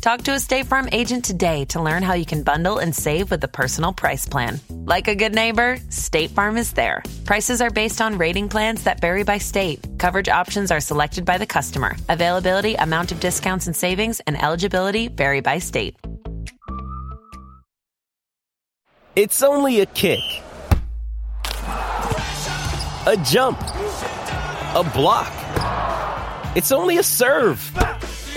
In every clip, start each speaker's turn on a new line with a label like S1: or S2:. S1: Talk to a State Farm agent today to learn how you can bundle and save with the Personal Price Plan. Like a good neighbor, State Farm is there. Prices are based on rating plans that vary by state. Coverage options are selected by the customer. Availability, amount of discounts and savings, and eligibility vary by state.
S2: It's only a kick, a jump, a block. It's only a serve.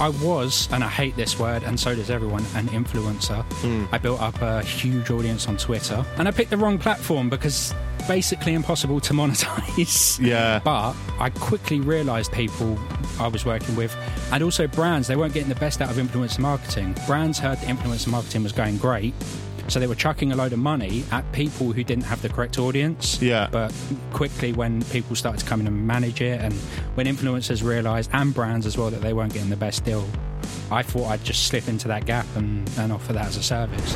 S3: I was, and I hate this word, and so does everyone, an influencer.
S4: Hmm.
S3: I built up a huge audience on Twitter, and I picked the wrong platform because basically impossible to monetize.
S4: Yeah.
S3: But I quickly realized people I was working with, and also brands, they weren't getting the best out of influencer marketing. Brands heard that influencer marketing was going great. So they were chucking a load of money at people who didn't have the correct audience.
S4: Yeah.
S3: But quickly, when people started to come in and manage it, and when influencers realised and brands as well that they weren't getting the best deal, I thought I'd just slip into that gap and, and offer that as a service.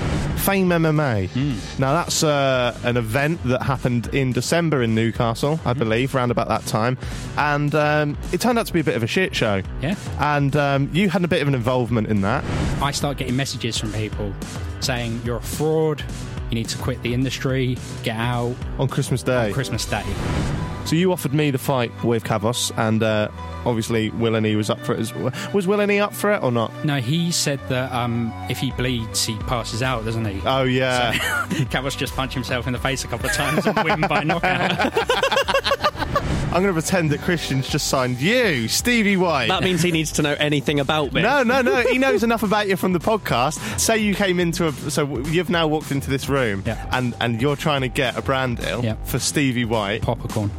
S4: Fame MMA. Now that's uh, an event that happened in December in Newcastle, I believe, round about that time, and um, it turned out to be a bit of a shit show.
S3: Yeah.
S4: And um, you had a bit of an involvement in that.
S3: I start getting messages from people saying, You're a fraud, you need to quit the industry, get out,
S4: On Christmas Day.
S3: Christmas Day.
S4: so you offered me the fight with Cavos, and uh, obviously Willany was up for it as well. Was Willany up for it or not?
S3: No, he said that um, if he bleeds, he passes out, doesn't he?
S4: Oh, yeah.
S3: Cavos just punched himself in the face a couple of times and win by knockout.
S4: I'm going to pretend that Christian's just signed you, Stevie White.
S2: That means he needs to know anything about me.
S4: No, no, no. He knows enough about you from the podcast. Say you came into a. So you've now walked into this room
S3: Yeah.
S4: and, and you're trying to get a brand deal
S3: Yeah.
S4: for Stevie White.
S3: Popcorn.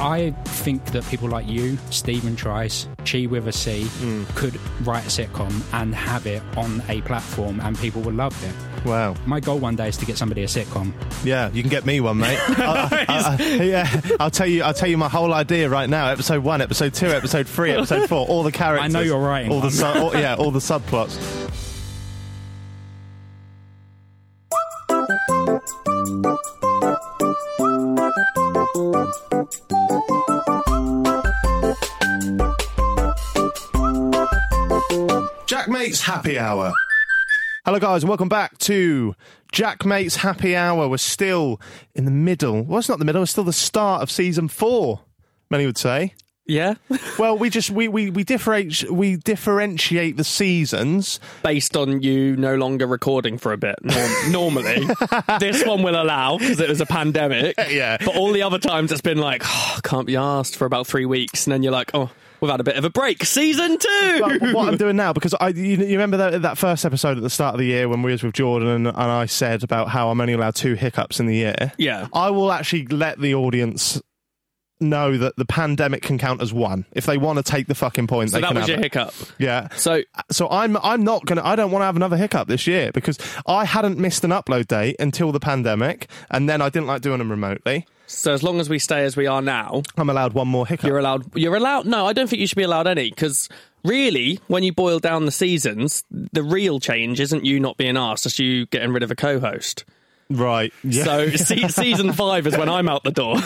S3: I think that people like you, Stephen Trice, Chi with a C, could write a sitcom and have it on a platform and people would love it.
S4: Wow.
S3: My goal one day is to get somebody a sitcom.
S4: Yeah, you can get me one, mate. I- I- I- yeah, I'll tell you. I'll tell you my whole idea right now. Episode one, episode two, episode three, episode four. All the characters.
S3: I know you're writing
S4: All the
S3: one.
S4: su- all, yeah, all the subplots. Jack Mate's Happy Hour. Hello, guys, and welcome back to Jack Mate's Happy Hour. We're still in the middle. Well, it's not the middle, it's still the start of season four, many would say.
S2: Yeah?
S4: Well, we just we we we differentiate we differentiate the seasons.
S2: Based on you no longer recording for a bit, norm- normally. this one will allow because it was a pandemic.
S4: Yeah.
S2: But all the other times it's been like, oh, can't be asked for about three weeks. And then you're like, oh, we've had a bit of a break. Season two!
S4: But what I'm doing now because I you, you remember that that first episode at the start of the year when we was with Jordan and, and I said about how I'm only allowed two hiccups in the year.
S2: Yeah.
S4: I will actually let the audience know that the pandemic can count as one if they want to take the fucking point.
S2: So
S4: they
S2: that
S4: can
S2: was
S4: have
S2: your
S4: it.
S2: hiccup.
S4: Yeah.
S2: So
S4: So I'm I'm not gonna I don't want to have another hiccup this year because I hadn't missed an upload date until the pandemic and then I didn't like doing them remotely.
S2: so as long as we stay as we are now,
S4: I'm allowed one more hiccup.
S2: you're allowed. You're allowed. No, I don't think you should be allowed any because really, when you boil down the seasons, the real change isn't you not being asked, it's you getting rid of a co-host.
S4: right. Yeah.
S2: So se- season five is when I'm out the door.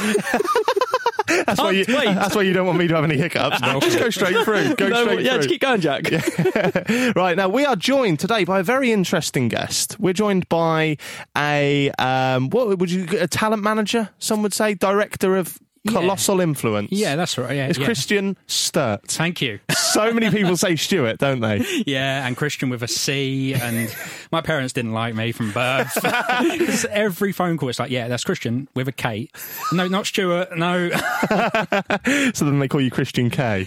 S4: that's why you
S2: wait.
S4: that's why you don't want me to have any hiccups. Just go straight through. Go
S2: No,
S4: straight
S2: yeah,
S4: through.
S2: just keep going, Jack.
S4: right now we are joined today by a very interesting guest we're joined by a um, what would you a talent manager some would say director of Colossal influence.
S3: Yeah, that's right. Yeah,
S4: It's
S3: yeah.
S4: Christian Sturt.
S3: Thank you.
S4: So many people say Stuart, don't they?
S3: Yeah, and Christian with a C. And my parents didn't like me from birth. 'Cause every phone call, it's like, yeah, that's Christian with a K. No, not Stuart. No.
S4: So then they call you Christian K.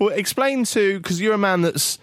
S4: well, explain to because you're a man that's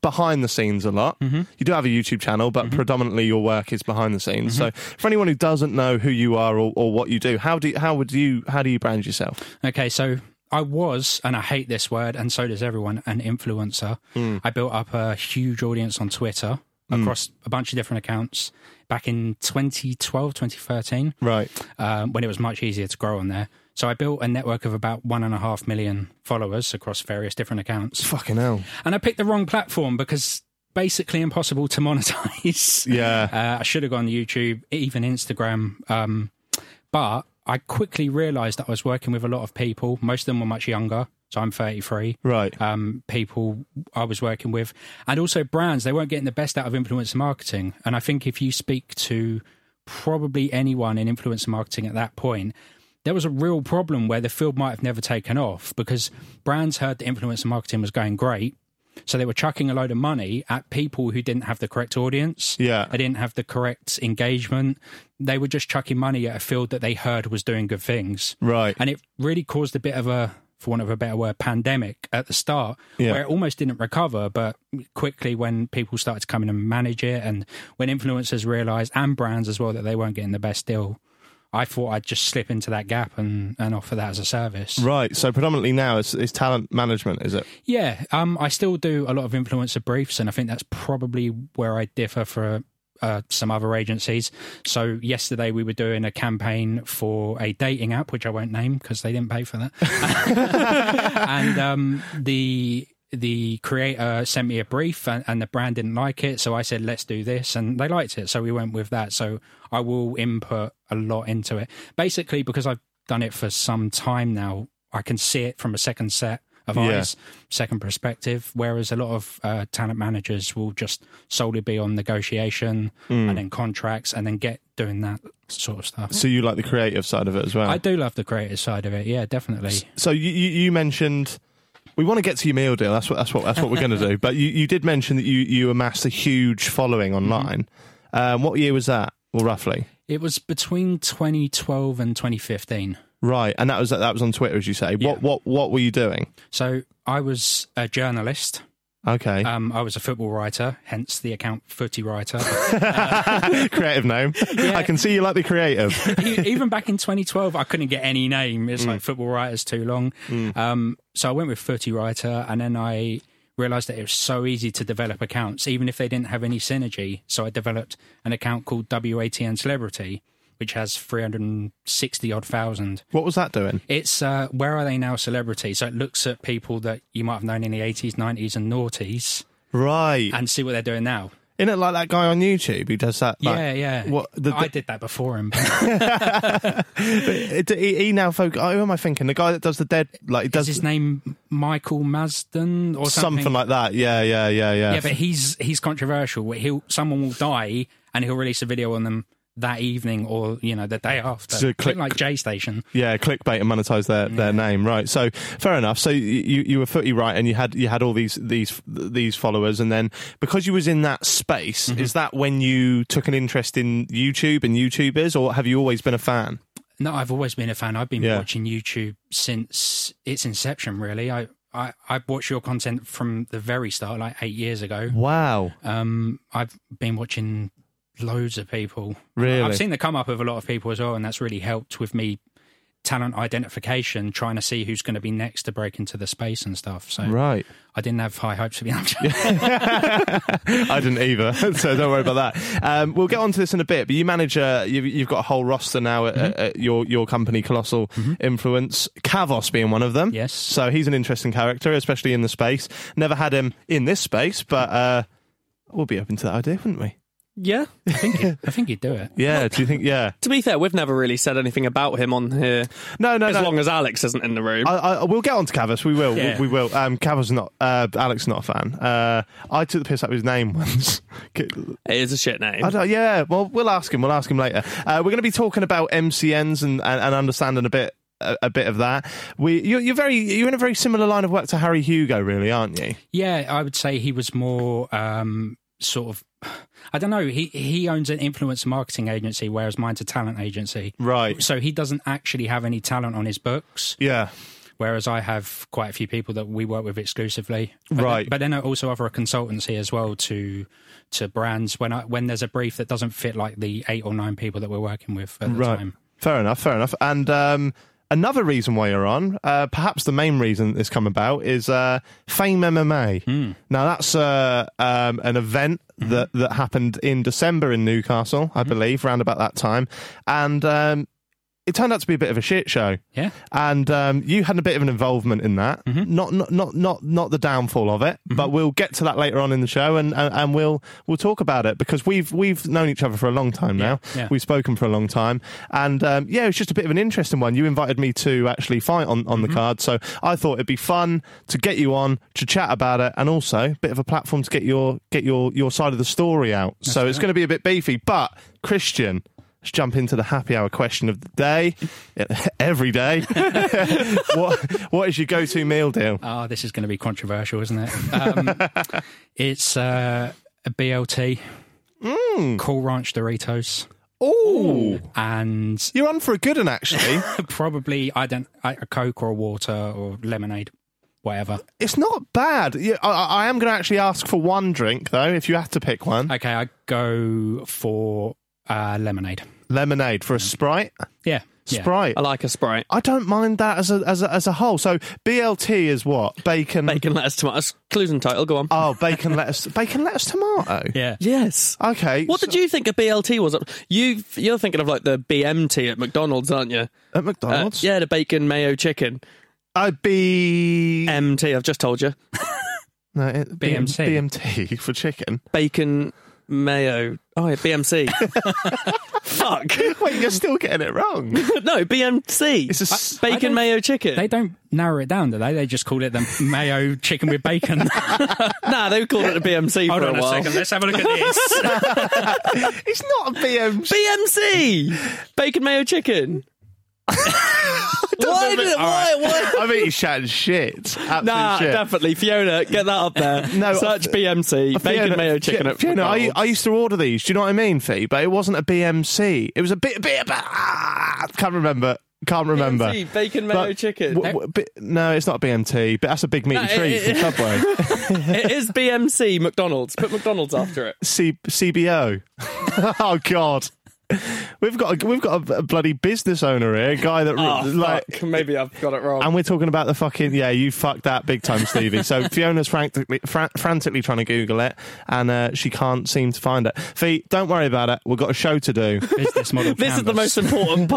S4: behind the scenes a lot. You do have a YouTube channel, but predominantly your work is behind the scenes. So, for anyone who doesn't know who you are or, or what you do, how do you, how would you how do you brand yourself?
S3: Okay, so I was, and I hate this word, and so does everyone, an influencer. I built up a huge audience on Twitter across a bunch of different accounts back in 2012, 2013,
S4: Right.
S3: um, when it was much easier to grow on there. So I built a network of about one and a half million followers across various different accounts.
S4: Fucking hell.
S3: And I picked the wrong platform because basically impossible to monetize.
S4: Yeah.
S3: Uh, I should have gone to YouTube, even Instagram. Um, but I quickly realized that I was working with a lot of people. Most of them were much younger. So I'm 33.
S4: Right.
S3: Um, people I was working with. And also brands, they weren't getting the best out of influencer marketing. And I think if you speak to probably anyone in influencer marketing at that point, there was a real problem where the field might have never taken off because brands heard that influencer marketing was going great. So they were chucking a load of money at people who didn't have the correct audience.
S4: Yeah.
S3: They didn't have the correct engagement. They were just chucking money at a field that they heard was doing good things.
S4: Right.
S3: And it really caused a bit of a, for want of a better word, pandemic at the start,
S4: Yeah.
S3: where it almost didn't recover. But quickly, when people started to come in and manage it, and when influencers realized and brands as well that they weren't getting the best deal, I thought I'd just slip into that gap and, and offer that as a service.
S4: Right. So predominantly now it's, it's talent management, is it?
S3: Yeah, um, I still do a lot of influencer briefs, and I think that's probably where I differ for uh, some other agencies. So yesterday we were doing a campaign for a dating app, which I won't name because they didn't pay for that. and um, the the creator sent me a brief, and, and the brand didn't like it, so I said, "Let's do this," and they liked it, so we went with that. So I will input a lot into it, basically because I've done it for some time now. I can see it from a second set of
S4: Yeah.
S3: eyes second perspective. Whereas a lot of uh, talent managers will just solely be on negotiation and then contracts and then get doing that sort of stuff.
S4: So you like the creative side of it as well.
S3: I do love the creative side of it. Yeah, definitely.
S4: so you, you, you mentioned we want to get to your meal deal. That's what that's what that's what we're going to do. But you, you did mention that you you amassed a huge following
S3: Mm-hmm.
S4: online. Um, what year was that? Well, roughly.
S3: It was between 2012 and 2015.
S4: Right, and that was that was on Twitter, as you say.
S3: Yeah.
S4: What what what were you doing?
S3: So I was a journalist.
S4: Okay,
S3: Um, I was a football writer, hence the account Footy Writer.
S4: creative name. I can see you like the creative.
S3: E- even back in 2012, I couldn't get any name. It's like football writers too long. Um, so I went with Footy Writer, and then I realized that it was so easy to develop accounts, even if they didn't have any synergy. So I developed an account called WATN Celebrity, which has 360 odd thousand.
S4: what was that doing?
S3: It's uh, where are they now celebrities? So it looks at people that you might have known in the 80s, 90s, and noughties
S4: Right,
S3: and see what they're doing now.
S4: isn't it like that guy on YouTube who does that? like-
S3: yeah, yeah.
S4: What the,
S3: I did that before him.
S4: the- he, he now folk? Oh, who am I thinking? The guy that does the dead like he
S3: Is
S4: does
S3: his name Michael Masden or
S4: something,
S3: something?
S4: like that? Yeah, yeah, yeah, yeah.
S3: Yeah, but he's he's controversial. He'll someone will die and he'll release a video on them that evening or you know the day after.
S4: So
S3: Bit
S4: click-
S3: like J Station.
S4: Yeah, clickbait and monetize their, their name, right? So fair enough. So y- you you were footy right, and you had you had all these these these followers, and then because you was in that space, is that when you took an interest in YouTube and YouTubers, or have you always been a fan?
S3: No, I've always been a fan. I've been
S4: Yeah.
S3: watching YouTube since its inception. Really, I I I watched your content from the very start, like eight years ago.
S4: Wow,
S3: Um, I've been watching loads of people.
S4: Really?
S3: I've seen the come up of a lot of people as well, and that's really helped with me talent identification, trying to see who's going to be next to break into the space and stuff. So
S4: right.
S3: I didn't have high hopes of being.
S4: I didn't either, so don't worry about that. Um, we'll get onto this in a bit, but you manage a, you've, you've got a whole roster now at, at- at your your company, Colossal Influence. Kavos being one of them.
S3: Yes.
S4: So he's an interesting character, especially in the space. Never had him in this space, but uh, we'll be open to that idea, wouldn't we?
S3: Yeah. I think, he'd- I think he'd do it.
S4: Yeah, do you think? Yeah,
S2: To be fair, we've never really said anything about him on here.
S4: no, no.
S2: as
S4: no.
S2: long as Alex isn't in the room.
S4: I, I, we'll get on to Cavus. We will.
S3: Yeah.
S4: We, we will. Um, Cavus not. Uh, Alex not a fan. Uh, I took the piss out of his name once.
S2: it is a shit name.
S4: I don't, yeah. Well, we'll ask him. We'll ask him later. Uh, we're going to be talking about MCNs and, and, and understanding a bit a, a bit of that. We you're, you're very you're in a very similar line of work to Harry Hugo, really, aren't you?
S3: Yeah, I would say he was more um, sort of. I don't know. He he owns an influencer marketing agency, whereas mine's a talent agency.
S4: Right.
S3: So he doesn't actually have any talent on his books,
S4: Yeah.
S3: whereas I have quite a few people that we work with exclusively. But then-
S4: Right.
S3: but then I also offer a consultancy as well to to brands when I when there's a brief that doesn't fit like the eight or nine people that we're working with at the time.
S4: Fair enough. Fair enough. And um, another reason why you're on, uh, perhaps the main reason this come about, is uh, Fame MMA. Now that's uh, um, an event that that happened in December in Newcastle, I believe, round about that time, and. Um, it turned out to be a bit of a shit show.
S3: Yeah.
S4: and um, you had a bit of an involvement in that. Not, not, not, not, not the downfall of it, but we'll get to that later on in the show, and, and, and we'll we'll talk about it because we've we've known each other for a long time now.
S3: yeah.
S4: We've spoken for a long time, and um, yeah, it's just a bit of an interesting one. You invited me to actually fight on, on the card, so I thought it'd be fun to get you on to chat about it, and also a bit of a platform to get your get your your side of the story out. so it's going to be a bit beefy, but Christian. Let's jump into the happy hour question of the day. Every day, what what is your go-to meal deal?
S3: Oh, this is going to be controversial, isn't it? Um, it's uh, a BLT, Cool Ranch Doritos,
S4: Oh,
S3: and
S4: you're on for a good one, actually.
S3: probably I don't I- a Coke or a water or lemonade, whatever.
S4: it's not bad. Yeah, I- I, I am going to actually ask for one drink though, if you had to pick one.
S3: Okay, I go for uh, lemonade.
S4: Lemonade for a Sprite.
S3: Yeah, yeah.
S4: Sprite.
S2: I like a Sprite.
S4: I don't mind that as a as a, as a whole. So BLT is what bacon.
S2: Bacon, lettuce, tomatoes. Clues and title. Go on.
S4: Oh, bacon lettuce. Bacon lettuce tomato.
S3: Yeah.
S2: yes.
S4: Okay.
S2: What did you think a BLT was? You you're thinking of like the BMT at McDonald's, aren't you?
S4: at
S2: Uh,
S4: McDonald's? Oh,
S2: yeah, the bacon mayo chicken.
S4: I'd be
S2: MT. I've just told you.
S4: no, it-
S3: BMT.
S4: BMT for chicken.
S2: Bacon mayo. Oh yeah, BMC. Fuck.
S4: Wait, you're still getting it wrong.
S2: no, BMC.
S4: It's a s-
S2: Uh, bacon mayo chicken.
S3: They don't narrow it down, do they? They just call it the mayo chicken with bacon.
S2: nah, they called it a BMC
S3: Hold
S2: for
S3: on
S2: a
S3: a
S2: while.
S3: second. Let's have a look at this.
S4: it's not a BMT.
S2: BMC. Bacon mayo chicken. why? Did,
S4: All
S2: why?
S4: right.
S2: Why?
S4: I mean, he's shouting shit. Absolute
S2: Nah,
S4: shit.
S2: definitely. Fiona, get that up there.
S4: No,
S2: Search
S4: I-
S2: BMC, bacon
S4: Fiona-
S2: mayo chicken
S4: Fi-
S2: at
S4: Fiona, I,
S2: McDonald's.
S4: I used to order these. Do you know what I mean, Fee? But it wasn't a BMC. It was a bit, a bit about. Ah, can't remember. Can't remember.
S2: BMT, bacon mayo
S4: But-
S2: chicken.
S4: w- w- bi- no, it's not BMT. But that's a big meaty
S2: No, it-
S4: treat
S2: it-
S4: from Subway.
S2: it is BMC McDonald's. Put McDonald's after it.
S4: C- CBO. oh God, we've got a, we've got a, a bloody business owner here, a guy that
S2: Oh,
S4: like.
S2: fuck, maybe I've got it wrong.
S4: And we're talking about the fucking yeah, you fucked that big time, Stevie. So Fiona's frantically fran- frantically trying to Google it, and uh, she can't seem to find it. Fee, don't worry about it. We've got a show to do.
S3: Business model.
S2: This is the
S3: canvas.
S2: most important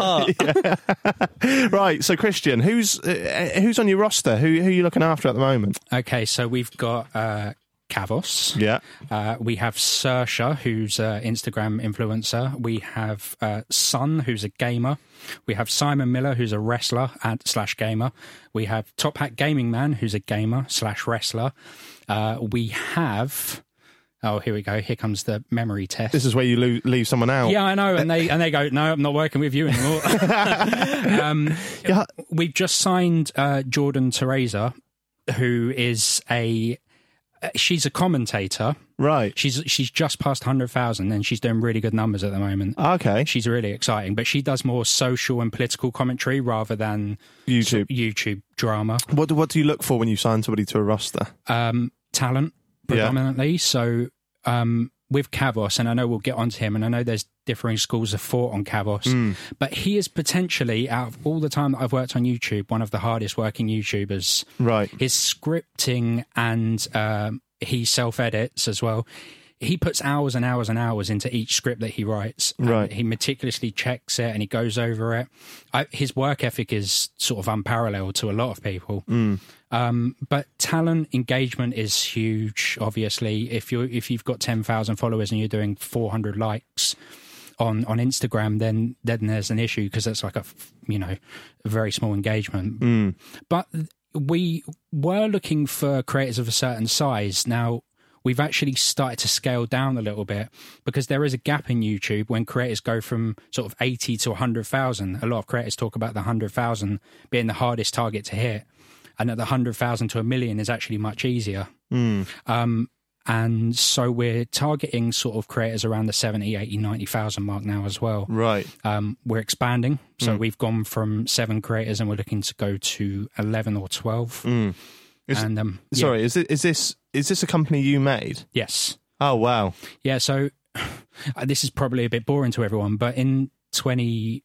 S2: part.
S4: right. So Christian, who's uh, who's on your roster? Who who are you looking after at the moment?
S3: Okay, so we've got uh, Kavos.
S4: Yeah.
S3: Uh, we have Sersha, who's an Instagram influencer. We have uh, Sun, who's a gamer. We have Simon Miller, who's a wrestler and slash gamer. We have Top Hat Gaming Man, who's a gamer slash wrestler. Uh, we have. Oh, here we go. Here comes the memory test.
S4: This is where you lo- leave someone out.
S3: yeah, I know, and they and they go, no, I'm not working with you anymore. um,
S4: Yeah.
S3: we've just signed uh, Jordan Teresa, who is a uh, she's a commentator.
S4: Right.
S3: She's she's just past hundred thousand, and she's doing really good numbers at the moment.
S4: Okay.
S3: She's really exciting, but she does more social and political commentary rather than
S4: YouTube.
S3: YouTube drama.
S4: What do, what do you look for when you sign somebody to a roster?
S3: um, talent predominantly. So um, with Cavos, and I know we'll get onto him, and I know there's differing schools of thought on Cavos, but he is potentially out of all the time that I've worked on YouTube, one of the hardest working YouTubers.
S4: Right.
S3: His scripting and um, he self edits as well. he puts hours and hours and hours into each script that he writes. and
S4: Right.
S3: He meticulously checks it and he goes over it. I, his work ethic is sort of unparalleled to a lot of people.
S4: Hmm.
S3: Um, but talent engagement is huge. Obviously, if you if you've got ten thousand followers and you're doing four hundred likes on on Instagram, then then there's an issue because that's like a f- you know a very small engagement. But we were looking for creators of a certain size. Now we've actually started to scale down a little bit because there is a gap in YouTube when creators go from sort of eighty to hundred thousand. A lot of creators talk about the hundred thousand being the hardest target to hit and at the 100,000 to a million is actually much easier. Um, and so we're targeting sort of creators around the 70, 80, 90,000 mark now as well.
S4: Right.
S3: Um, we're expanding. So
S4: Mm.
S3: we've gone from seven creators and we're looking to go to 11 or 12.
S4: Mm. Is-
S3: and um, yeah.
S4: Sorry, is it is this is this a company you made?
S3: Yes.
S4: Oh wow.
S3: Yeah. So this is probably a bit boring to everyone, but in 20.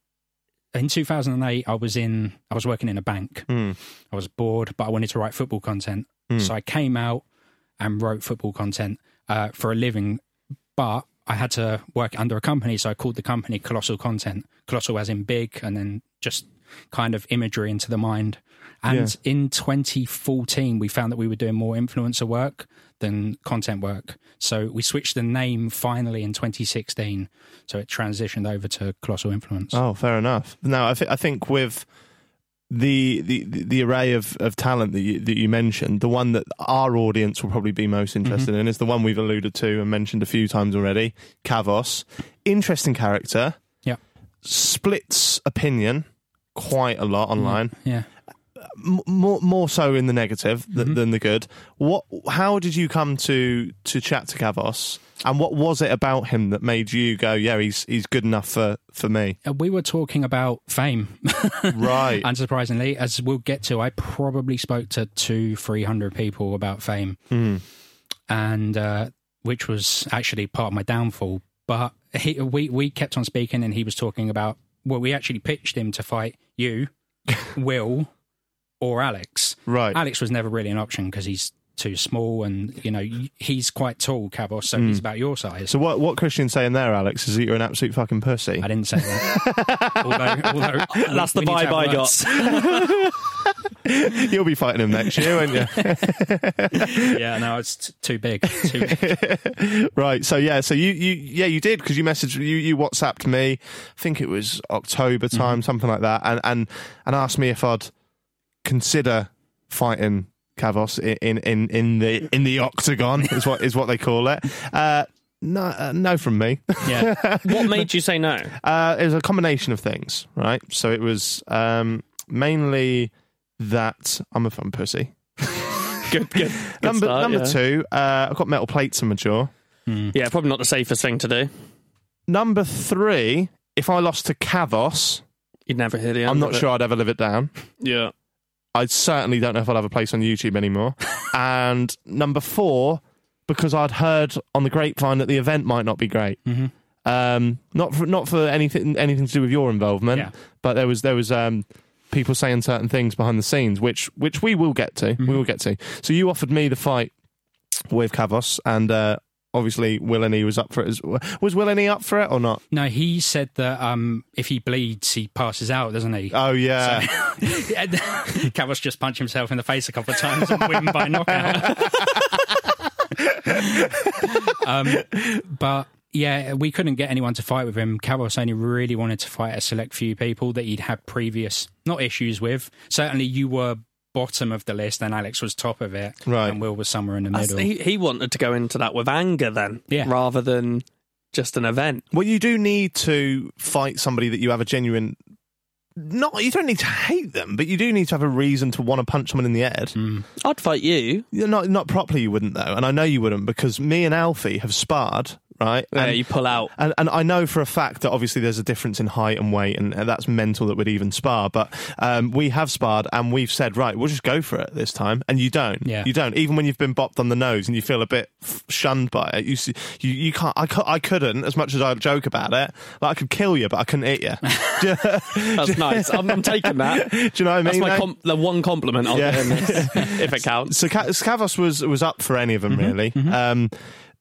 S3: In 2008, I was in. I was working in a bank. I was bored, but I wanted to write football content. So I came out and wrote football content uh, for a living, but I had to work under a company. So I called the company Colossal Content, Colossal as in big, and then just kind of imagery into the mind. And in 2014, we found that we were doing more influencer work than content work. So we switched the name finally in 2016. So it transitioned over to Colossal Influence.
S4: Oh, fair enough. No, I, th- I think with the, the the array of, of talent that you, that you mentioned, the one that our audience will probably be most interested in is the one we've alluded to and mentioned a few times already. Kavos, interesting character,
S3: Yeah.
S4: splits opinion quite a lot online,
S3: Yeah.
S4: M- more more so in the negative th- than the good. What? How did you come to to chat to Kavos? And what was it about him that made you go, yeah, he's he's good enough for, for me?
S3: Uh, We were talking about fame.
S4: Right.
S3: Unsurprisingly, as we'll get to, I probably spoke to two, three hundred people about fame, and uh, which was actually part of my downfall. But he, we we kept on speaking, and he was talking about well, we actually pitched him to fight you, Will, or Alex.
S4: Right.
S3: Alex was never really an option because he's too small, and you know y- he's quite tall, Cabos, so he's about your size.
S4: So what what Christian's saying there, Alex, is that you're an absolute fucking pussy.
S3: I didn't say that. although, although
S2: That's the
S3: we need
S2: vibe
S3: to have
S2: I
S3: words.
S2: got.
S4: You'll be fighting him next year, won't you?
S3: yeah, no, it's t- too big. Too,
S4: right. So yeah. So you you yeah you did because you messaged you you WhatsApped me. I think it was October time, something like that, and and and asked me if I'd consider fighting Cavos i- in in in the in the octagon is what is what they call it. Uh, no, uh, no, from me.
S3: yeah.
S2: what made you say no?
S4: Uh, it was a combination of things, right? So it was um, mainly that I'm a fun pussy.
S2: Good, good. good
S4: number
S2: start,
S4: number
S2: yeah.
S4: two, uh, I've got metal plates on my jaw.
S2: Yeah, probably not the safest thing to do.
S4: Number three, if I lost to Kavos,
S2: You'd never hear the end
S4: I'm
S2: of
S4: not
S2: it.
S4: sure I'd ever live it down.
S2: Yeah.
S4: I certainly don't know if I'll have a place on YouTube anymore. and number four, because I'd heard on the grapevine that the event might not be great. Um, not for not for anything anything to do with your involvement,
S3: Yeah.
S4: but there was there was um, people saying certain things behind the scenes, which which we will get to. We will get to. So you offered me the fight with Kavos, and uh, obviously Will and he was up for it. As, was Will and he up for it or not?
S3: No, he said that um, if he bleeds, he passes out, doesn't he?
S4: Oh yeah.
S3: Cavos just punched himself in the face a couple of times and win by knockout. um, but yeah, we couldn't get anyone to fight with him. Cavos only really wanted to fight a select few people that he'd had previous not issues with. Certainly, you were bottom of the list, and Alex was top of it,
S4: Right.
S3: And Will was somewhere in the
S2: That's-
S3: middle.
S2: He, he wanted to go into that with anger then,
S3: Yeah.
S2: rather than just an event.
S4: Well, you do need to fight somebody that you have a genuine. Not you don't need to hate them, but you do need to have a reason to want to punch someone in the head.
S2: I'd fight you.
S4: You're Not not properly, you wouldn't though, and I know you wouldn't because me and Alfie have sparred, right?
S2: Yeah,
S4: and,
S2: you pull out.
S4: and and I know for a fact that obviously there's a difference in height and weight, and, and that's mental that would even spar. But um, we have sparred, and we've said, right, we'll just go for it this time, and you don't,
S3: Yeah.
S4: you don't. Even when you've been bopped on the nose and you feel a bit f- shunned by it, you see, you, you can't. I, cou- I couldn't, as much as I joke about it, like I could kill you, but I couldn't hit you. do, you-
S2: That's nice. I'm, I'm taking that.
S4: do you know what I mean?
S2: That's my
S4: mate?
S2: com- the one compliment I'll
S4: Yeah.
S2: give him, if it counts. Mm-hmm,
S4: so Ca- Scavos was was up for any of them really. Um,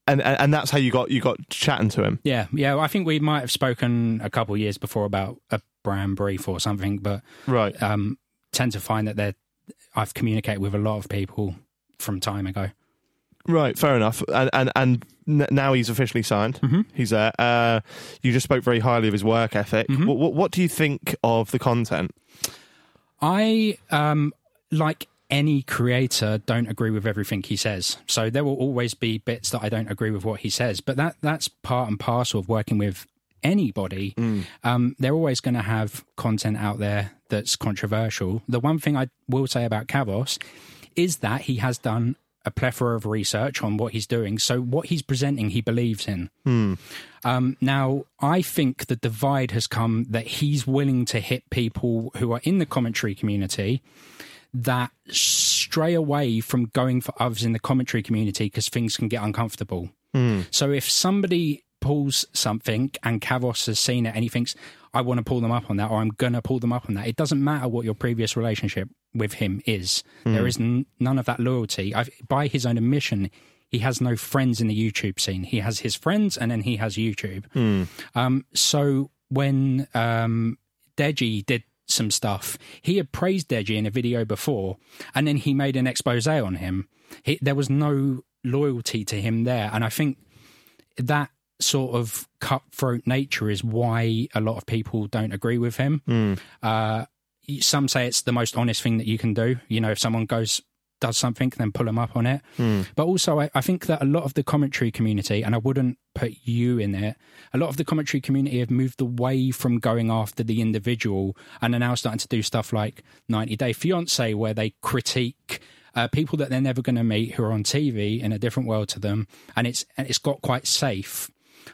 S4: and and and that's how you got you got chatting to him.
S3: Yeah, yeah. well, I think we might have spoken a couple years before about a brand brief or something, but
S4: Right.
S3: um, tend to find that they're I've communicated with a lot of people from time ago.
S4: Right, fair enough. And and, and n- now he's officially signed. He's there. Uh, you just spoke very highly of his work ethic. What, what, what do you think of the content?
S3: I um like any creator don't agree with everything he says. So there will always be bits that I don't agree with what he says, but that that's part and parcel of working with anybody. Um they're always going to have content out there that's controversial. The one thing I will say about Kavos is that he has done a plethora of research on what he's doing. So what he's presenting he believes in. Um, now, I think the divide has come that he's willing to hit people who are in the commentary community that stray away from going for others in the commentary community because things can get uncomfortable. So if somebody pulls something and Kavos has seen it and he thinks, I want to pull them up on that or I'm going to pull them up on that, it doesn't matter what your previous relationship with him is. There is n- none of that loyalty. I've, by his own admission, he has no friends in the YouTube scene. He has his friends and then he has YouTube. Um, so when um, Deji did some stuff, he had praised Deji in a video before, and then he made an expose on him. He, there was no loyalty to him there, and I think that sort of cutthroat nature is why a lot of people don't agree with him. Uh, some say it's the most honest thing that you can do. You know, if someone goes does something, then pull them up on it. But also, I, I think that a lot of the commentary community, and I wouldn't put you in it, a lot of the commentary community have moved away from going after the individual and are now starting to do stuff like 90 Day Fiance, where they critique. Uh, people that they're never going to meet who are on TV in a different world to them, and it's and it's got quite safe.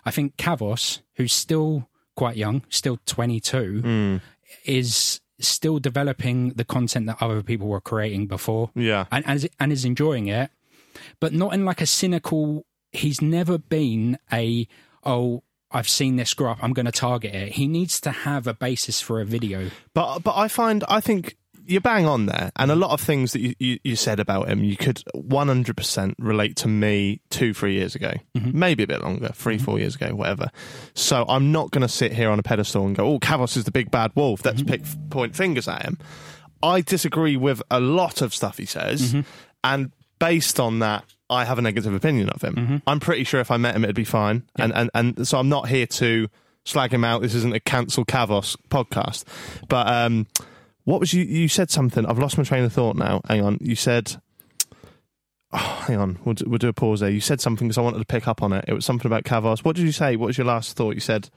S3: I think Kavos, who's still quite young, still 22, is still developing the content that other people were creating before.
S4: Yeah.
S3: And, and, is, and is enjoying it, but not in like a cynical, he's never been a, oh, I've seen this screw up, I'm going to target it. He needs to have a basis for a video.
S4: But but I find I think you're bang on there, and a lot of things that you, you, you said about him, you could 100% relate to me two, three years ago, maybe a bit longer, 3 four years ago, whatever. So I'm not going to sit here on a pedestal and go, "Oh, Cavos is the big bad wolf." Let's pick point fingers at him. I disagree with a lot of stuff he says, and based on that, I have a negative opinion of him. I'm pretty sure if I met him, it'd be fine, and, and and so I'm not here to slag him out. This isn't a cancel Cavos podcast, but um, what was you? You said something. I've lost my train of thought now. Hang on. You said. Oh, hang on. We'll do, we'll do a pause there. You said something because I wanted to pick up on it. It was something about Cavos. What did you say? What was your last thought? You said.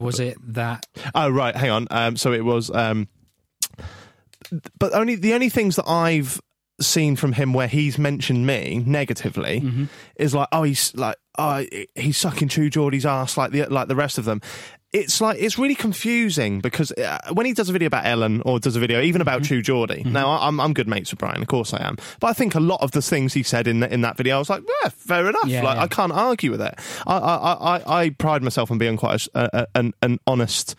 S3: Was it that
S4: Oh right, hang on. Um, so it was, um, but only the only things that I've seen from him where he's mentioned me negatively
S3: Mm-hmm.
S4: is like, oh, he's like, oh, he's sucking True Geordie's ass like the like the rest of them. It's like it's really confusing because uh, when he does a video about Ellen or does a video even about
S3: Mm-hmm.
S4: True Geordie. Now I- I'm I'm good mates with Brian, of course I am, but I think a lot of the things he said in the, in that video, I was like, yeah, fair enough.
S3: Yeah,
S4: like
S3: yeah.
S4: I can't argue with it. I I, I, I pride myself on being quite a, a, an an honest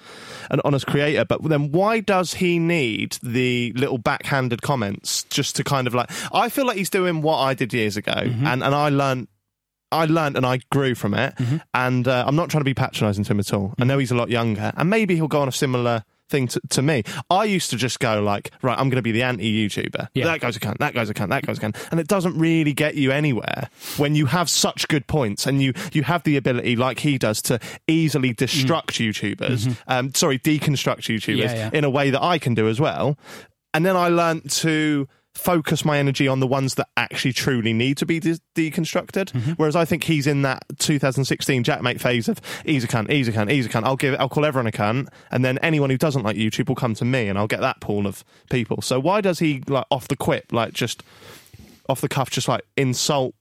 S4: an honest creator, but then why does he need the little backhanded comments just to kind of like? I feel like he's doing what I did years ago, and and I learned. I learned and I grew from it,
S3: Mm-hmm.
S4: and uh, I'm not trying to be patronising to him at all. I know he's a lot younger, and maybe he'll go on a similar thing to, to me. I used to just go like, right, I'm going to be the anti-YouTuber.
S3: Yeah.
S4: That goes a cunt. That goes a cunt. That goes a cunt. And it doesn't really get you anywhere when you have such good points and you you have the ability, like he does, to easily destruct YouTubers. Um, sorry, deconstruct YouTubers
S3: Mm. Mm-hmm. Yeah, yeah.
S4: in a way that I can do as well. And then I learnt to focus my energy on the ones that actually truly need to be de- deconstructed. Whereas I think he's in that 2016 jackmate phase of he's a cunt, he's a cunt, he's a cunt. I'll give, I'll call everyone a cunt, and then anyone who doesn't like YouTube will come to me, and I'll get that pool of people. So why does he like off the quip, like just off the cuff, just like insult?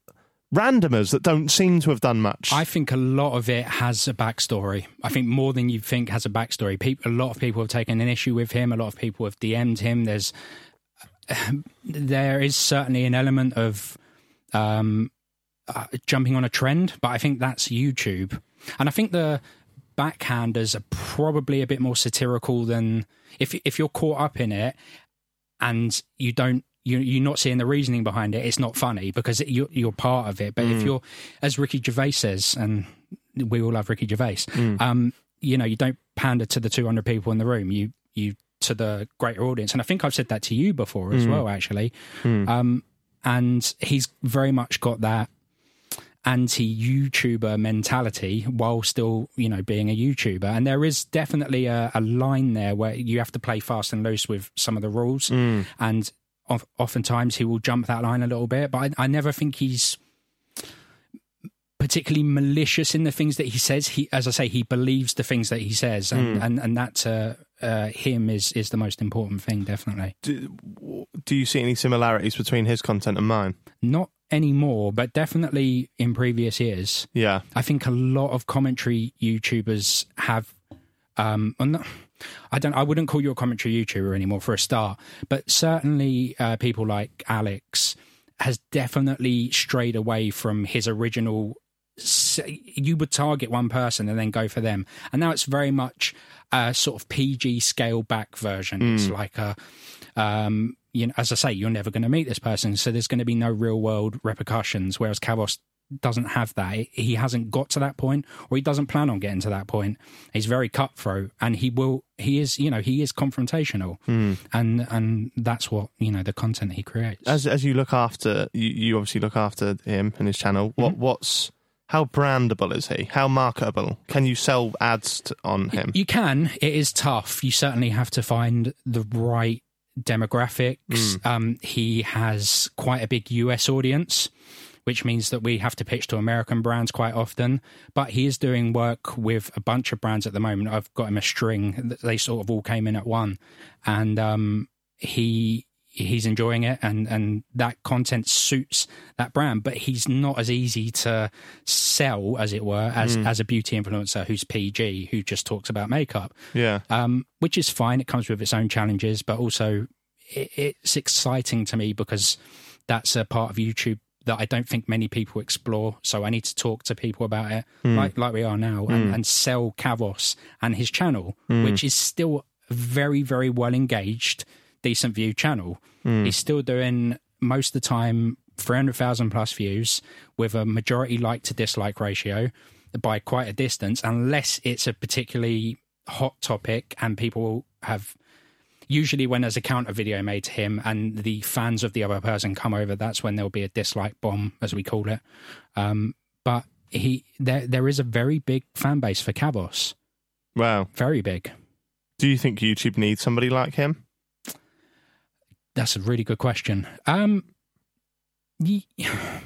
S4: Randomers that don't seem to have done much.
S3: I think a lot of it has a backstory. I think more than you think has a backstory. People, a lot of people have taken an issue with him. A lot of people have DM'd him. There's, there is certainly an element of, um, uh, jumping on a trend, but I think that's YouTube. And I think the backhanders are probably a bit more satirical than if if you're caught up in it and you don't you, you're not seeing the reasoning behind it, it's not funny because it, you're, you're part of it. But if you're, as Ricky Gervais says, and we all love Ricky Gervais, um, you know, you don't pander to the 200 people in the room. You, you, to the greater audience. And I think I've said that to you before as well, actually. Um, and he's very much got that anti YouTuber mentality while still, you know, being a YouTuber. And there is definitely a, a line there where you have to play fast and loose with some of the rules. And of, oftentimes he will jump that line a little bit, but I, I never think he's particularly malicious in the things that he says. He, as I say, he believes the things that he says, and and, and that to uh, him is is the most important thing, definitely.
S4: Do you see any similarities between his content and mine?
S3: Not anymore, but definitely in previous years.
S4: Yeah.
S3: I think a lot of commentary YouTubers have. Um, I'm not- I don't. I wouldn't call you a commentary YouTuber anymore for a start, but certainly uh, people like Alex has definitely strayed away from his original. s- You would target one person and then go for them, and now it's very much a sort of PG scale back version. It's like a um, you know, as I say, you're never going to meet this person, so there's going to be no real world repercussions. Whereas Kavos doesn't have that; he hasn't got to that point, or he doesn't plan on getting to that point. He's very cutthroat, and he will. He is, you know, he is confrontational, and and that's what you know the content he creates.
S4: As as you look after you, you obviously look after him and his channel. What what's how brandable is he? How marketable? Can you sell ads t on him?
S3: You can. It is tough. You certainly have to find the right demographics. Um, he has quite a big US audience, which means that we have to pitch to American brands quite often. But he is doing work with a bunch of brands at the moment. I've got him a string. They sort of all came in at one, and um, he he's enjoying it and and that content suits that brand but he's not as easy to sell as it were as as a beauty influencer who's pg who just talks about makeup
S4: yeah.
S3: um, which is fine. It comes with its own challenges, but also it, it's exciting to me because that's a part of YouTube that I don't think many people explore. So I need to talk to people about it, like like we are now, and, and sell Kavos and his channel, which is still a very very well engaged, decent view channel. He's still doing most of the time. 300,000 plus views with a majority like to dislike ratio by quite a distance, unless it's a particularly hot topic and people have usually when there's a counter video made to him and the fans of the other person come over that's when there'll be a dislike bomb as we call it um, but he there there is a very big fan base for Cabos
S4: Wow.
S3: very big
S4: Do you think YouTube needs somebody like him?
S3: That's a really good question. Um, y-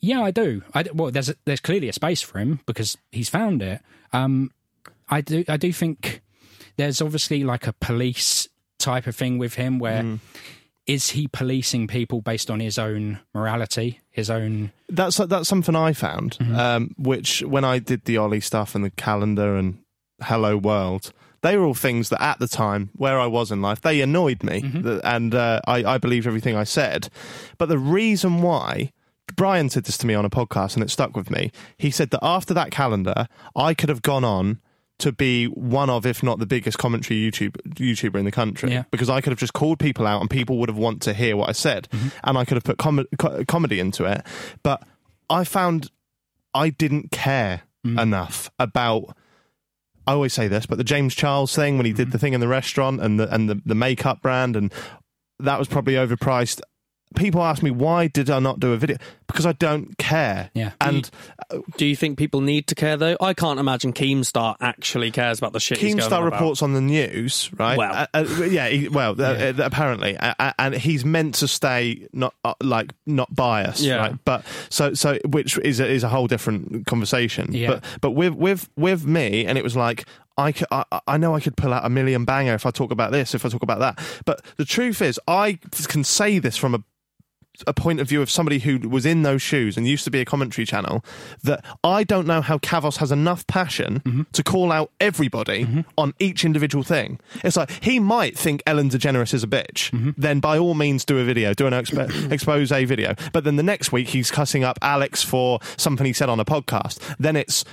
S3: yeah, I do. I d- well, there's a, there's clearly a space for him because he's found it. Um, I do I do think there's obviously like a police type of thing with him where is
S4: Mm.
S3: he policing people based on his own morality, his own
S4: That's that's something I found. Um, which when I did the Ollie stuff and the calendar and Hello World, they were all things that at the time where I was in life they annoyed me, Th- and uh, I, I believed everything I said. But the reason why. Brian said this to me on a podcast and it stuck with me. He said that after that calendar, I could have gone on to be one of, if not the biggest commentary YouTube YouTuber in the country,
S3: Yeah.
S4: because I could have just called people out and people would have want to hear what I said,
S3: Mm-hmm.
S4: and I could have put com- co- comedy into it. But I found I didn't care
S3: Mm.
S4: enough about. I always say this, but the James Charles thing when he
S3: Mm-hmm.
S4: did the thing in the restaurant and the and the, the makeup brand and that was probably overpriced. People ask me why did I not do a video because I don't care.
S3: Yeah.
S4: and
S2: Do you think people need to care though? I can't imagine Keemstar actually cares about the shit. he's going
S4: Keemstar
S2: on about.
S4: reports on the news, right?
S2: Well.
S4: Uh, uh, yeah, he, well, uh, uh, apparently, uh, uh, and he's meant to stay not uh, like not biased,
S2: Yeah.
S4: right? But so so, which is a, is a whole different conversation.
S3: Yeah.
S4: But but with with with me, and it was like. I, c- I- I know I could pull out a million banger if I talk about this, if I talk about that. But the truth is, I can say this from a a point of view of somebody who was in those shoes and used to be a commentary channel that I don't know how Kavos has enough passion to call out everybody on each individual thing. It's like he might think Ellen DeGeneres is a bitch, then by all means do a video, do an expo- expose video. But then the next week he's cussing up Alex for something he said on a podcast. Then it's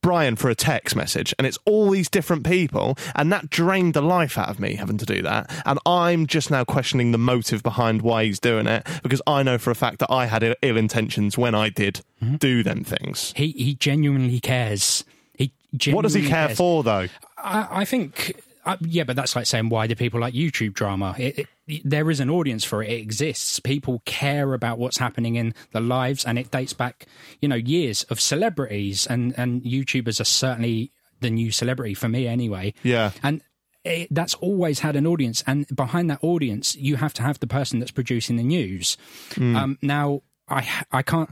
S4: Brian for a text message, and it's all these different people, and that drained the life out of me having to do that. And I'm just now questioning the motive behind why he's doing it because I know for a fact that I had i- ill intentions when I did do them things.
S3: He he genuinely cares. He genuinely
S4: What does he care
S3: cares.
S4: for though?
S3: I, I think, uh, yeah, but that's like saying why do people like YouTube drama? It, it, there is an audience for it. It exists. People care about what's happening in their lives, and it dates back, you know, years of celebrities and and YouTubers are certainly the new celebrity for me, anyway.
S4: Yeah.
S3: and. It, that's always had an audience, and behind that audience, you have to have the person that's producing the news.
S4: Hmm.
S3: Um, now, I I can't.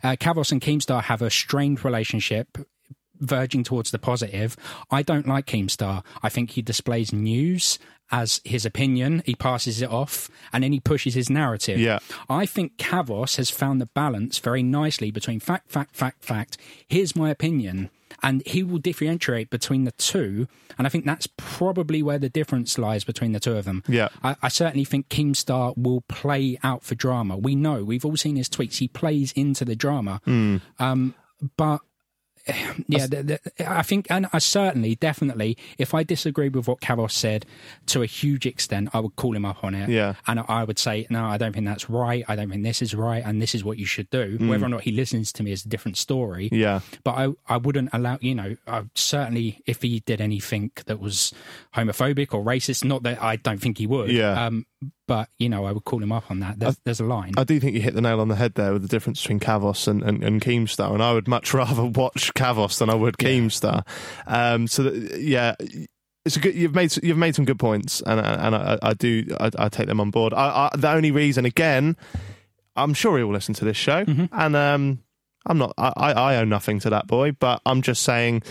S3: Uh, Cavos and Keemstar have a strained relationship verging towards the positive. I don't like Keemstar. I think he displays news as his opinion, he passes it off, and then he pushes his narrative.
S4: Yeah.
S3: I think Kavos has found the balance very nicely between fact, fact, fact, fact. Here's my opinion. And he will differentiate between the two. And I think that's probably where the difference lies between the two of them.
S4: Yeah.
S3: I, I certainly think Keemstar will play out for drama. We know, we've all seen his tweets. He plays into the drama.
S4: Hmm.
S3: Um, but yeah, the, the, I think, and I certainly, definitely, if I disagreed with what Cavos said to a huge extent, I would call him up on it.
S4: Yeah.
S3: And I would say, no, I don't think that's right. I don't think this is right. And this is what you should do. Whether or not he listens to me is a different story.
S4: Hmm. Yeah.
S3: But I, I wouldn't allow, you know, I certainly, if he did anything that was homophobic or racist, not that I don't think he would.
S4: Yeah.
S3: Um, but, you know, I would call him up on that. There's, there's a line.
S4: I do think you hit the nail on the head there with the difference between Kavos and, and, and Keemstar, and I would much rather watch Kavos than I would Keemstar. Um, so that, yeah, it's a good. You've made you've made some good points, and and I, I do I, I take them on board. I, I, the only reason, again, I'm sure he will listen to this show,
S3: Mm-hmm.
S4: and um, I'm not. I, I I owe nothing to that boy, but I'm just saying.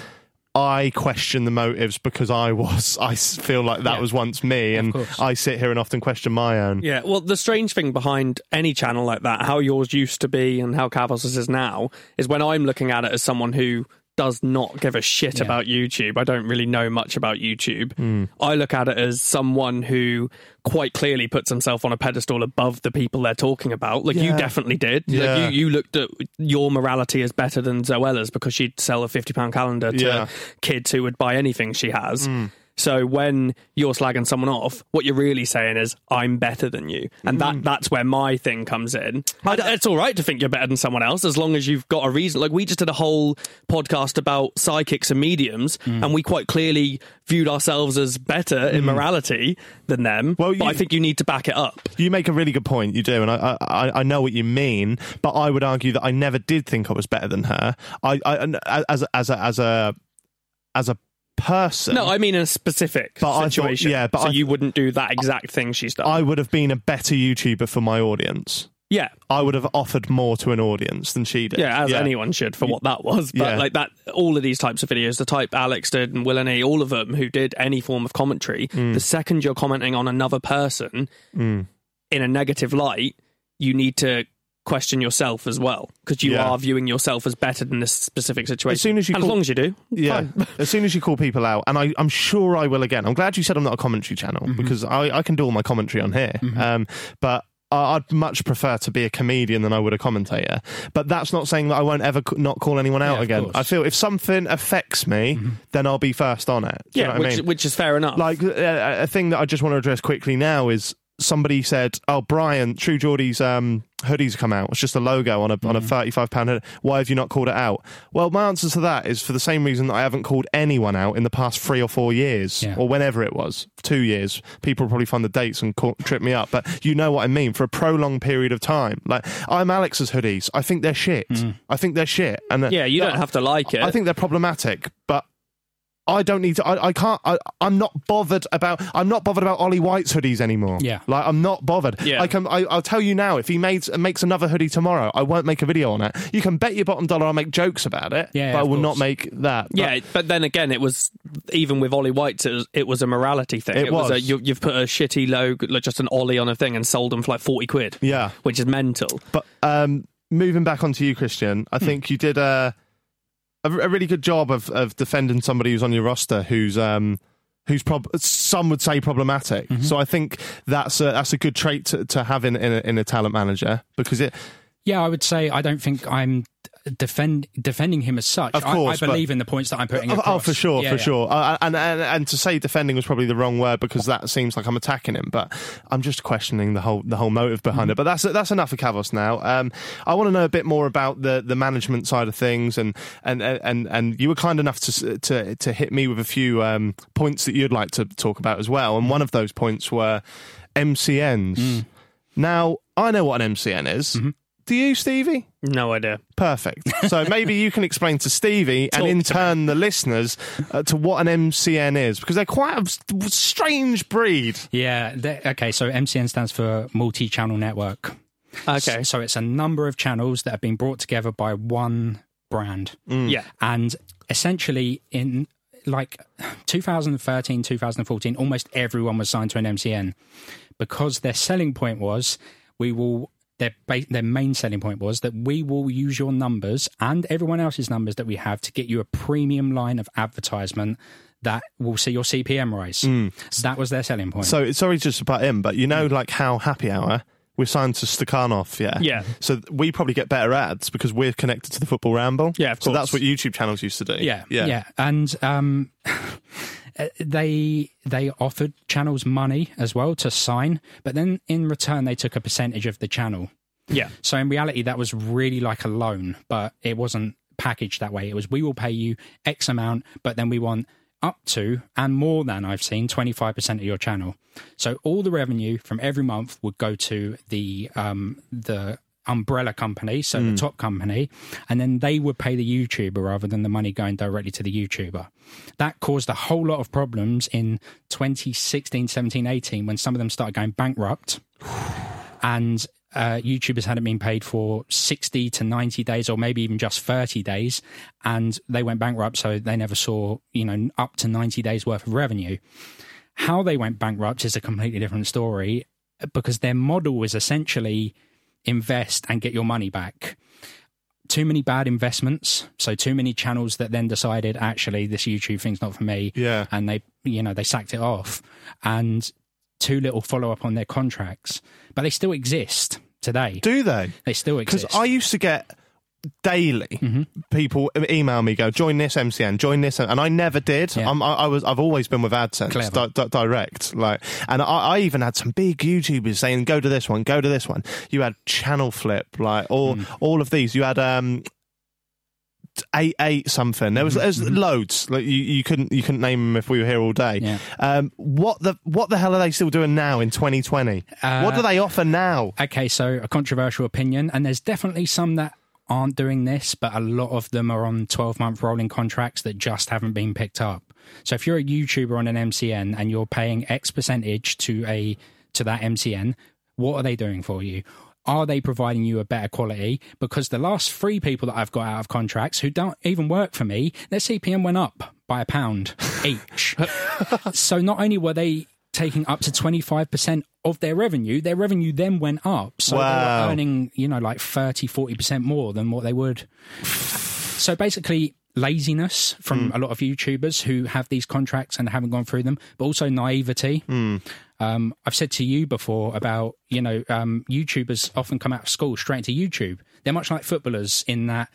S4: I question the motives because I was. I s- feel like that
S3: Yeah.
S4: was once me, and
S3: course.
S4: I sit here and often question my own.
S2: Yeah, well, the strange thing behind any channel like that, how yours used to be and how Cavos's is now, is when I'm looking at it as someone who does not give a shit
S3: Yeah.
S2: about YouTube. I don't really know much about YouTube.
S4: Mm.
S2: I look at it as someone who quite clearly puts himself on a pedestal above the people they're talking about. Like you
S4: Yeah.
S2: definitely did.
S4: Yeah.
S2: Like you, you looked at your morality as better than Zoella's because she'd sell a fifty pound calendar to
S4: Yeah. Hmm.
S2: kids who would buy anything she has. So when you're slagging someone off, what you're really saying is, "I'm better than you," and
S4: Hmm.
S2: that that's where my thing comes in. I d it's all right to think you're better than someone else as long as you've got a reason. Like we just did a whole podcast about psychics and mediums,
S4: Hmm.
S2: and we quite clearly viewed ourselves as better in morality than them.
S4: Well,
S2: but I
S4: you-
S2: think you need to back it up.
S4: You make a really good point. You do, and I, I, I know what you mean. But I would argue that I never did think I was better than her. I, I and as a, as a, as a as a person.
S2: No, I mean in a specific
S4: But I thought-
S2: situation.
S4: yeah, but
S2: so
S4: I-
S2: you wouldn't do that exact thing she's done.
S4: I would have been a better YouTuber for my audience.
S2: yeah,
S4: I would have offered more to an audience than she did.
S2: Yeah, as anyone should for what that was. But
S4: Yeah.
S2: like that, all of these types of videos, the type Alex did and Will and E, all of them who did any form of commentary,
S4: Mm.
S2: the second you're commenting on another person in a negative light, you need to question yourself as well because you
S4: Yeah.
S2: are viewing yourself as better than this specific situation.
S4: soon as you
S2: and
S4: call-
S2: as long as you do,
S4: Yeah.
S2: fine.
S4: as soon as you call people out, and I, I'm sure I will again. I'm glad you said I'm not a commentary channel
S2: Mm-hmm.
S4: because I, I can do all my commentary on here. Um, but I- I'd much prefer to be a comedian than I would a commentator. But that's not saying that I won't ever c- not call anyone out
S3: of
S4: again.
S3: course.
S4: I feel if something affects me, then I'll be first on it.
S2: Mm-hmm.
S4: Do you
S2: yeah,
S4: know what
S2: which,
S4: I mean?
S2: which is fair enough.
S4: like uh, a thing that I just want to address quickly now is somebody said, "Oh, Brian, True Geordie's um, hoodies come out. It's just a logo on a
S2: Mm.
S4: on a thirty five pound hood. Why have you not called it out?" Well, my answer to that is for the same reason that I haven't called anyone out in the past three or four years
S3: Yeah.
S4: or whenever it was, two years. People will probably find the dates and call, trip me up, but you know what I mean. For a prolonged period of time, like I'm Alex's hoodies. I think they're shit. I think they're shit. And uh,
S2: Mm. yeah, you don't
S4: I-
S2: have to like it.
S4: I think they're problematic, but I don't need to. I, I can't. I, I'm not bothered about. I'm not bothered about Ollie White's hoodies anymore.
S3: Yeah.
S4: like I'm not bothered.
S2: Yeah.
S4: I can. I, I'll tell you now. If he makes makes another hoodie tomorrow, I won't make a video on it. You can bet your bottom dollar I'll make jokes about it.
S3: Yeah,
S4: but I
S3: of
S4: will not
S3: course.
S4: make that. But-
S2: Yeah, but then again, it was even with Ollie White's, it was, it was a morality thing.
S4: It was.
S2: a, you, you've put a shitty logo, like just an Ollie on a thing, and sold them for like forty quid.
S4: Yeah.
S2: which is mental.
S4: But um, moving back onto you, Christian,
S3: Hmm.
S4: I think you did a, a a really good job of of defending somebody who's on your roster who's um who's prob some would say problematic.
S3: Mm-hmm.
S4: So I think that's a that's a good trait to, to have in in a, in a talent manager because it
S3: Yeah, I would say I don't think I'm defend defending him as such.
S4: Of
S3: I-
S4: course,
S3: I,
S4: but-
S3: believe in the points that I'm putting.
S4: Oh,
S3: across.
S4: oh, for sure,
S3: Yeah,
S4: for
S3: yeah.
S4: sure. Uh, and, and and to say defending was probably the wrong word because that seems like I'm attacking him, but I'm just questioning the whole the whole motive
S3: Mm-hmm.
S4: behind it. But that's that's enough of Cavos now. Um, I want to know a bit more about the, the management side of things, and and and and you were kind enough to s- to to hit me with a few um, points that you'd like to talk about as well. And one of those points were MCNs.
S3: Mm.
S4: Now I know what an MCN is.
S3: Mm-hmm.
S4: Do you, Stevie?
S2: No idea.
S4: Perfect. So maybe you can explain to Stevie and
S2: Talk
S4: in
S2: to
S4: turn the listeners uh, to what an MCN is because they're quite a s- strange breed.
S3: Yeah. they- okay. So MCN stands for multi-channel network.
S2: Okay.
S3: So it's a number of channels that have been brought together by one brand.
S4: Mm.
S2: Yeah.
S3: and essentially in like 2013 2014 almost everyone was signed to an mcn because their selling point was we will their, ba- their main selling point was that we will use your numbers and everyone else's numbers that we have to get you a premium line of advertisement that will see your CPM rise. That was their selling point.
S4: So sorry just about him, but you know
S2: Mm.
S4: like how Happy Hour we're signed to Stakhanov, yeah.
S2: Yeah.
S4: So th- we probably get better ads because we're connected to the Football Ramble.
S2: Yeah, of
S4: So
S2: course.
S4: that's what YouTube channels used to do.
S3: Yeah, yeah, and um, uh, they they offered channels money as well to sign, but then in return they took a percentage of the channel.
S2: Yeah.
S3: So in reality, that was really like a loan, but it wasn't packaged that way. It was we will pay you X amount, but then we want up to and more than I've seen twenty five percent of your channel. So all the revenue from every month would go to the um, the umbrella company, so the top company, and then they would pay the YouTuber rather than the money going directly to the YouTuber. That caused a whole lot of problems in 2016, 17, 18 when some of them started going bankrupt and uh, YouTubers hadn't been paid for 60 to 90 days or maybe even just 30 days and they went bankrupt so they never saw you know up to 90 days worth of revenue how they went bankrupt is a completely different story because their model was essentially invest and get your money back too many bad investments so too many channels that then decided actually this youtube thing's not for me
S4: Yeah.
S3: and they you know they sacked it off and too little follow up on their contracts but they still exist today
S4: Do they?
S3: they still
S4: Because
S3: exist
S4: I used to get daily
S3: Mm-hmm.
S4: people email me go join this MCN join this and I never did
S3: Yeah.
S4: I'm, I, I was I've always been with AdSense
S3: Clever.
S4: di- di- direct like and I, I even had some big YouTubers saying go to this one go to this one you had channel flip like all
S3: Mm.
S4: all of these you had um eight eight something there was
S3: Mm-hmm,
S4: there's loads like you, you couldn't you couldn't name them if we were here all day
S3: Yeah.
S4: um what the what the hell are they still doing now in 2020
S3: Uh,
S4: what do they offer now
S3: okay, so a controversial opinion, and there's definitely some that aren't doing this, but a lot of them are on 12 month rolling contracts that just haven't been picked up. So if you're a YouTuber on an MCN and you're paying X percentage to a to that MCN, what are they doing for you? Are they providing you a better quality? Because the last three people that I've got out of contracts who don't even work for me, their CPM went up by a pound each. So not only were they taking up to 25% of their revenue, their revenue then went up. So they
S4: Wow.
S3: were earning, you know, like 30, 40% more than what they would. So basically, laziness from a lot of YouTubers who have these contracts and haven't gone through them, but also naivety. Um, I've said to you before about, you know, um, YouTubers often come out of school straight into YouTube. They're much like footballers in that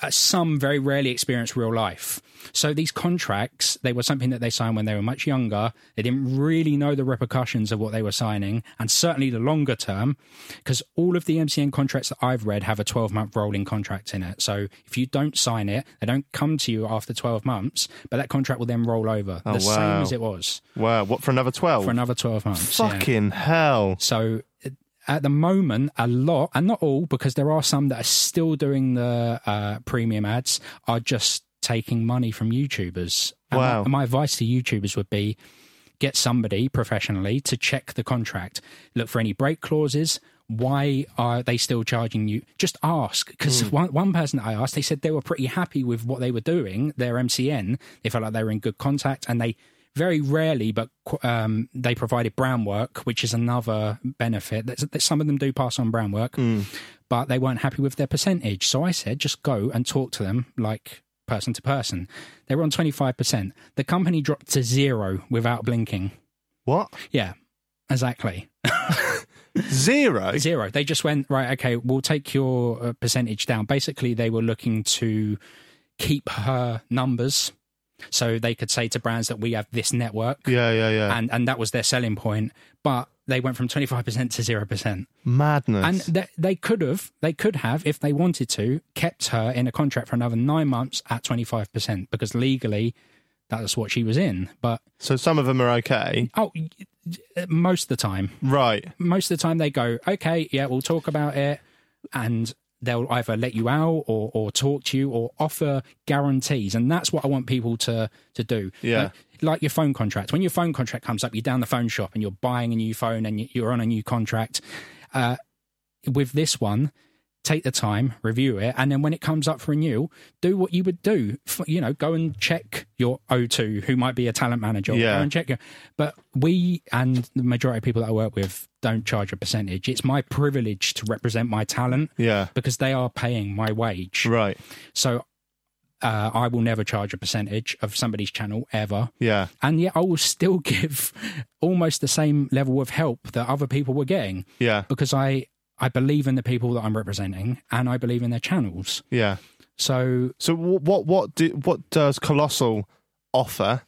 S3: uh, some very rarely experience real life. So these contracts, they were something that they signed when they were much younger. They didn't really know the repercussions of what they were signing, and certainly the longer term, because all of the MCN contracts that I've read have a 12 month rolling contract in it. So if you don't sign it, they don't come to you after 12 months, but that contract will then roll over the
S4: wow.
S3: same as it was
S4: wow what for another 12
S3: for another 12 months. yeah.
S4: Fucking hell.
S3: So uh, at the moment, a lot, and not all, because there are some that are still doing the uh, premium ads, are just taking money from YouTubers. And my-
S4: Wow.
S3: My, advice to YouTubers would be get somebody professionally to check the contract, look for any break clauses. Why are they still charging you? Just ask. Because one, one person that I asked, they said they were pretty happy with what they were doing, their MCN. They felt like they were in good contact and they very rarely, but qu- um, they provided brown work, which is another benefit that, that some of them do pass on brown work, but they weren't happy with their percentage. So I said, just go and talk to them like person to person. They were on 25%. The company dropped to zero without blinking.
S4: What?
S3: Yeah, exactly.
S4: Zero.
S3: Zero. They just went, right, okay, we'll take your uh, percentage down. Basically, they were looking to keep her numbers so they could say to brands that we have this network.
S4: Yeah, yeah, yeah.
S3: And, and that was their selling point. But they went from 25% to 0%.
S4: Madness.
S3: And they, they could have, they could have, if they wanted to, kept her in a contract for another nine months at 25% because legally that's what she was in. But,
S4: so some of them are okay.
S3: oh, y- y- most of the time,
S4: Right.
S3: most of the time they go, okay, yeah, we'll talk about it, and they'll either let you out or or talk to you or offer guarantees, and that's what I want people to to do.
S4: Yeah.
S3: Like, like your phone contract. When your phone contract comes up, you're down the phone shop and you're buying a new phone and you- you're on a new contract. Uh, with this one, take the time, review it, and then when it comes up for renewal, do what you would do. F- You know, go and check your O2, who might be a talent manager. or
S4: Yeah.
S3: Go and check your. But we and the majority of people that I work with don't charge a percentage. It's my privilege to represent my talent
S4: Yeah.
S3: because they are paying my wage.
S4: Right.
S3: So uh, I will never charge a percentage of somebody's channel ever.
S4: Yeah.
S3: And yet, I will still give almost the same level of help that other people were getting
S4: Yeah.
S3: because I I believe in the people that I'm representing and I believe in their channels.
S4: Yeah.
S3: So
S4: So wh- what what do, what does Colossal offer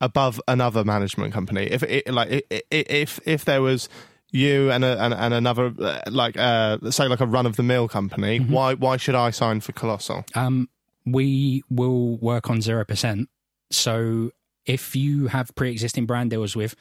S4: above another management company? If it, like i- i- if if there was you and a, and, and another uh, like uh, say like a run of the mill company,
S3: Mm-hmm.
S4: why why should I sign for Colossal?
S3: um, we will work on zero percent. So if you have pre-existing brand deals with,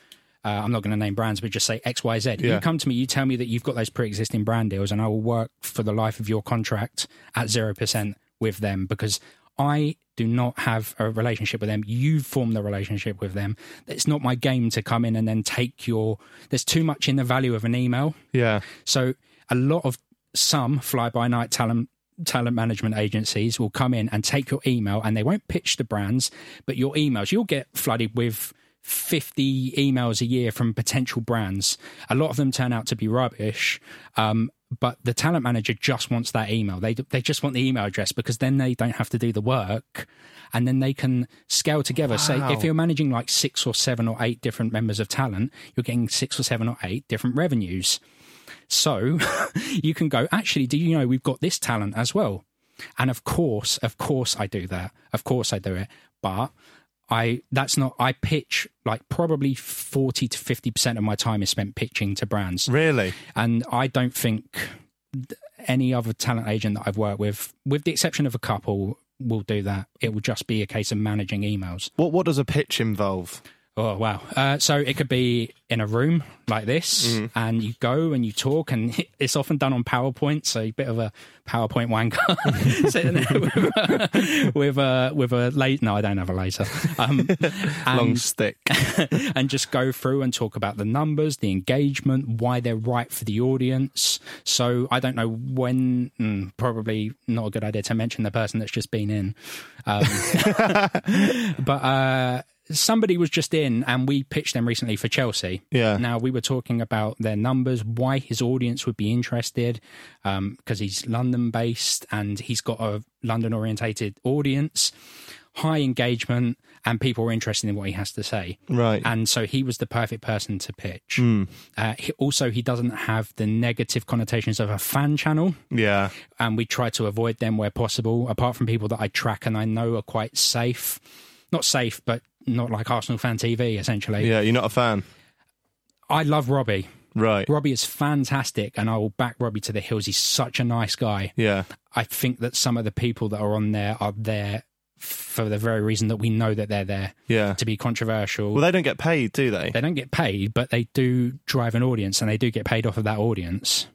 S3: uh, I'm not going to name brands, but just say X Y Z.
S4: Yeah.
S3: You come to me, you tell me that you've got those pre-existing brand deals, and I will work for the life of your contract at zero percent with them because. I do not have a relationship with them. You form the relationship with them. It's not my game to come in and then take your. There's too much in the value of an email.
S4: Yeah.
S3: So a lot of some fly by night talent talent management agencies will come in and take your email and they won't pitch the brands, but your emails you'll get flooded with 50 emails a year from potential brands. A lot of them turn out to be rubbish. Um, but the talent manager just wants that email. They they just want the email address because then they don't have to do the work, and then they can scale together. Say if you're managing like six or seven or eight different members of talent, you're getting six or seven or eight different revenues. So you can go, actually, do you know we've got this talent as well? And of course, of course I do that. Of course I do it. But I that's not I pitch like probably 40 to 50% of my time is spent pitching to brands.
S4: Really?
S3: And I don't think th- any other talent agent that I've worked with, with the exception of a couple, will do that. It will just be a case of managing emails.
S4: What what does a pitch involve?
S3: Oh wow! Uh, so it could be in a room like this, and you go and you talk, and it's often done on PowerPoint. So you're a bit of a PowerPoint wanker sitting there with, a- with a with a laser. No, I don't have a laser. Um,
S4: Long
S3: and,
S4: stick.
S3: and just go through and talk about the numbers, the engagement, why they're right for the audience. So I don't know when. mm, probably not a good idea to mention the person that's just been in. Um, But uh, somebody was just in, and we pitched them recently for Chelsea.
S4: Yeah.
S3: Now we were talking about their numbers, why his audience would be interested, because he's London based and he's got a London orientated audience, high engagement, and people are interested in what he has to say.
S4: Right.
S3: And so he was the perfect person to pitch.
S4: Hmm.
S3: Uh, he, also, he doesn't have the negative connotations of a fan channel
S4: yeah.
S3: and we try to avoid them where possible, apart from people that I track and I know are quite safe. Not safe, but not like Arsenal Fan TV, essentially.
S4: Yeah. You're not a fan.
S3: I love Robbie.
S4: Right.
S3: Robbie is fantastic, and I will back Robbie to the hills. He's such a nice guy.
S4: Yeah.
S3: I think that some of the people that are on there are there for the very reason that we know that they're there
S4: Yeah.
S3: to be controversial.
S4: Well, they don't get paid, do they?
S3: they don't get paid, but they do drive an audience, and they do get paid off of that audience.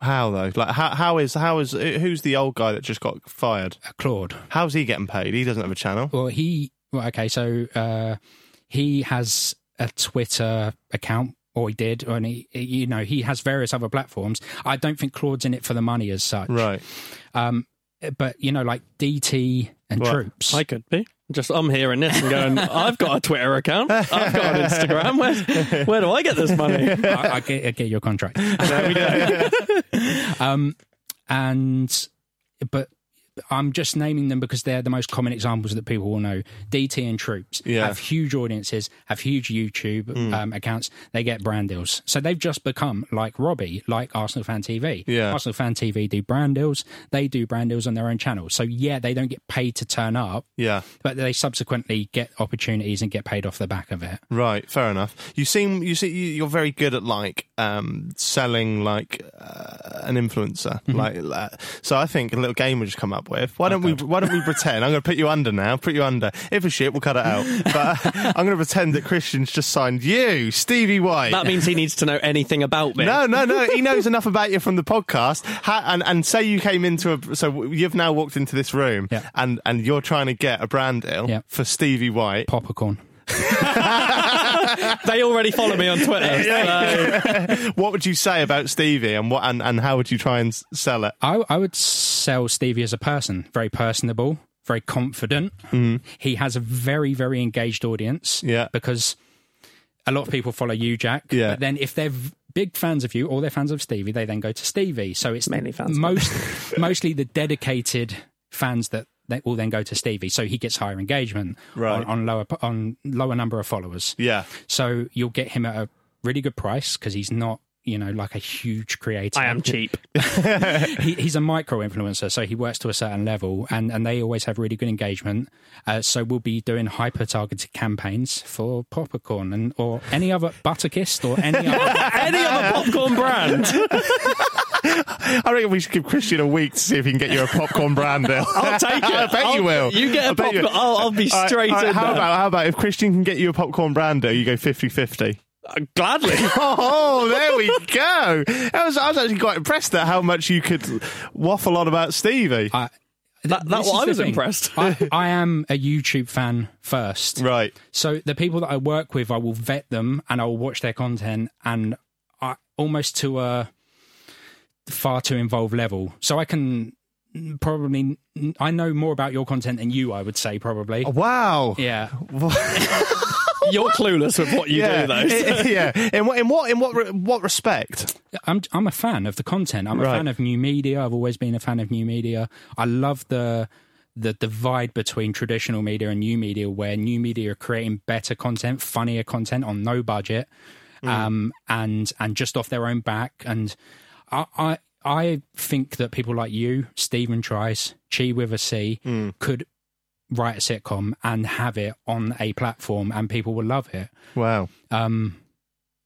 S4: How though? Like how how is how is uh, who's the old guy that just got fired?
S3: Uh, Claude.
S4: How's he getting paid? He doesn't have a channel.
S3: Well, he well, okay. So uh, he has a Twitter account, or he did, and he you know he has various other platforms. I don't think Claude's in it for the money as such,
S4: Right.
S3: But you know, like DT and
S4: Right.
S3: Troops.
S2: I could be. Just I'm hearing this and going, I've got a Twitter account. I've got an Instagram. Where, where do I get this money?
S3: I, I get, I get your contract. um, and but I'm just naming them because they're the most common examples that people will know. DT and Troops
S4: Yeah. Mm.
S3: have huge audiences, have huge YouTube um, accounts. They get brand deals, so they've just become like Robbie, like Arsenal Fan TV.
S4: Yeah.
S3: Arsenal Fan TV do brand deals. They do brand deals on their own channel. So yeah, they don't get paid to turn up,
S4: Yeah.
S3: but they subsequently get opportunities and get paid off the back of it.
S4: Right, fair enough. You seem you see you- you're very good at like um, selling like uh, an influencer
S3: Mm-hmm.
S4: like that. So I think a little game we just come up with. Why don't we? Why don't we pretend? I'm going to put you under now. Put you under. If it's shit, we'll cut it out. But I'm going to pretend that Christian's just signed you, Stevie White.
S2: That means he needs to know anything about me.
S4: no, no, no. He knows enough about you from the podcast. Ha- and and say you came into a so you've now walked into this room
S3: Yeah.
S4: and and you're trying to get a brand deal
S3: Yeah.
S4: for Stevie White.
S3: Popcorn.
S2: They already follow me on Twitter. so-
S4: What would you say about Stevie and what and, and how would you try and s- sell it?
S3: I, I would sell Stevie as a person, very personable, very confident. He has a very, very engaged audience.
S4: Mm-hmm. Yeah.
S3: Because a lot of people follow you, Jack.
S4: Yeah.
S3: But then if they're v- big fans of you or they're fans of Stevie, they then go to Stevie. So it's
S2: Mainly fans.
S3: Most, mostly the dedicated fans that. They will then go to Stevie, so he gets higher engagement
S4: Right.
S3: on, on lower on lower number of followers.
S4: Yeah.
S3: So you'll get him at a really good price because he's not, you know, like a huge creator.
S2: I am cheap.
S3: he, he's a micro influencer, so he works to a certain level, and, and they always have really good engagement. Uh, so we'll be doing hyper targeted campaigns for Popcorn and or any other Butterkist or any other.
S2: Any other popcorn brand?
S4: I reckon we should give Christian a week to see if he can get you a popcorn brand deal.
S2: I'll take it.
S4: I bet
S2: I'll-
S4: you will.
S2: You get
S4: I
S2: a
S4: bet you
S2: popcorn.
S4: will.
S2: I'll, I'll be
S4: All right,
S2: straight
S4: all right,
S2: in
S4: how
S2: there.
S4: about how about if Christian can get you a popcorn brand deal, you go 50-50.
S2: Uh, Gladly.
S4: Oh, there we go. I was, I was actually quite impressed at how much you could waffle on about Stevie.
S3: I,
S2: That,
S3: This
S2: that's
S3: is
S2: why I
S3: the
S2: was
S3: thing.
S2: impressed.
S3: I, I am a YouTube fan first,
S4: right.
S3: so the people that I work with, I will vet them and I will watch their content, and I almost to a far too involved level, so I can. Probably, I know more about your content than you. I would say probably.
S2: Oh,
S4: Wow.
S3: Yeah,
S2: You're clueless with what you do, though.
S4: yeah. In what in what in what re- what respect?
S3: I'm I'm a fan of the content. I'm
S4: Right.
S3: a fan of new media. I've always been a fan of new media. I love the the divide between traditional media and new media, where new media are creating better content, funnier content on no budget, um, and and just off their own back. And I I, I think that people like you, Stephen Trice, Chi with a C, could write a sitcom and have it on a platform, and people will love it
S4: Wow.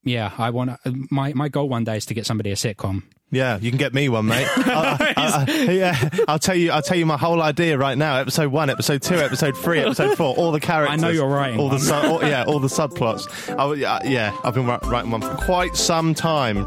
S3: yeah, I want my my goal one day is to get somebody a sitcom.
S4: Yeah, you can get me one, mate. I- I- I- yeah, I'll tell you. I'll tell you my whole idea right now. Episode one, episode two, episode three, episode four. All the characters.
S3: I know you're writing
S4: All the
S3: one.
S4: su- all, yeah, all the subplots. I w- yeah, yeah, I've been ri- writing one for quite some time.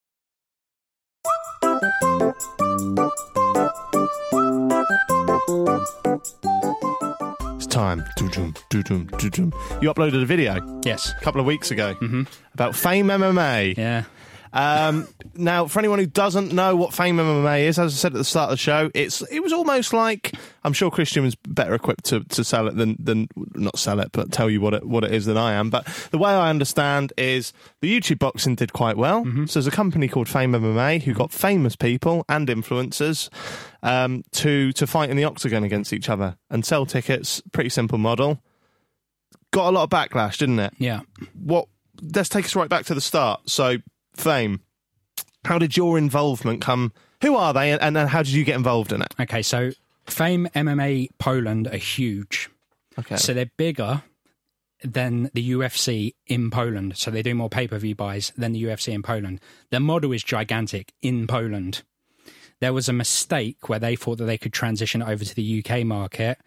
S4: It's time. Doo-doom, doo-doom, doo-doom. You uploaded a video a
S3: Yes.
S4: couple of weeks ago about Fame MMA.
S3: Yeah.
S4: Um, now, for anyone who doesn't know what Fame MMA is, as I said at the start of the show, it's it was almost like I'm sure Christian was better equipped to, to sell it than than not sell it, but tell you what it what it is than I am. But the way I understand is the YouTube boxing did quite well. So there's a company called Fame MMA who got famous people and influencers um, to to fight in the octagon against each other and sell tickets. Pretty simple model. Got a lot of backlash, didn't it?
S3: Yeah.
S4: what let's take us right back to the start so fame How did your involvement come? Who are they, and, and then how did you get involved in it?
S3: Okay, so Fame MMA Poland are huge.
S4: Okay.
S3: So they're bigger than the UFC in Poland. So they do more pay per view buys than the UFC in Poland. Their model is gigantic in Poland. There was a mistake where they thought that they could transition over to the UK market,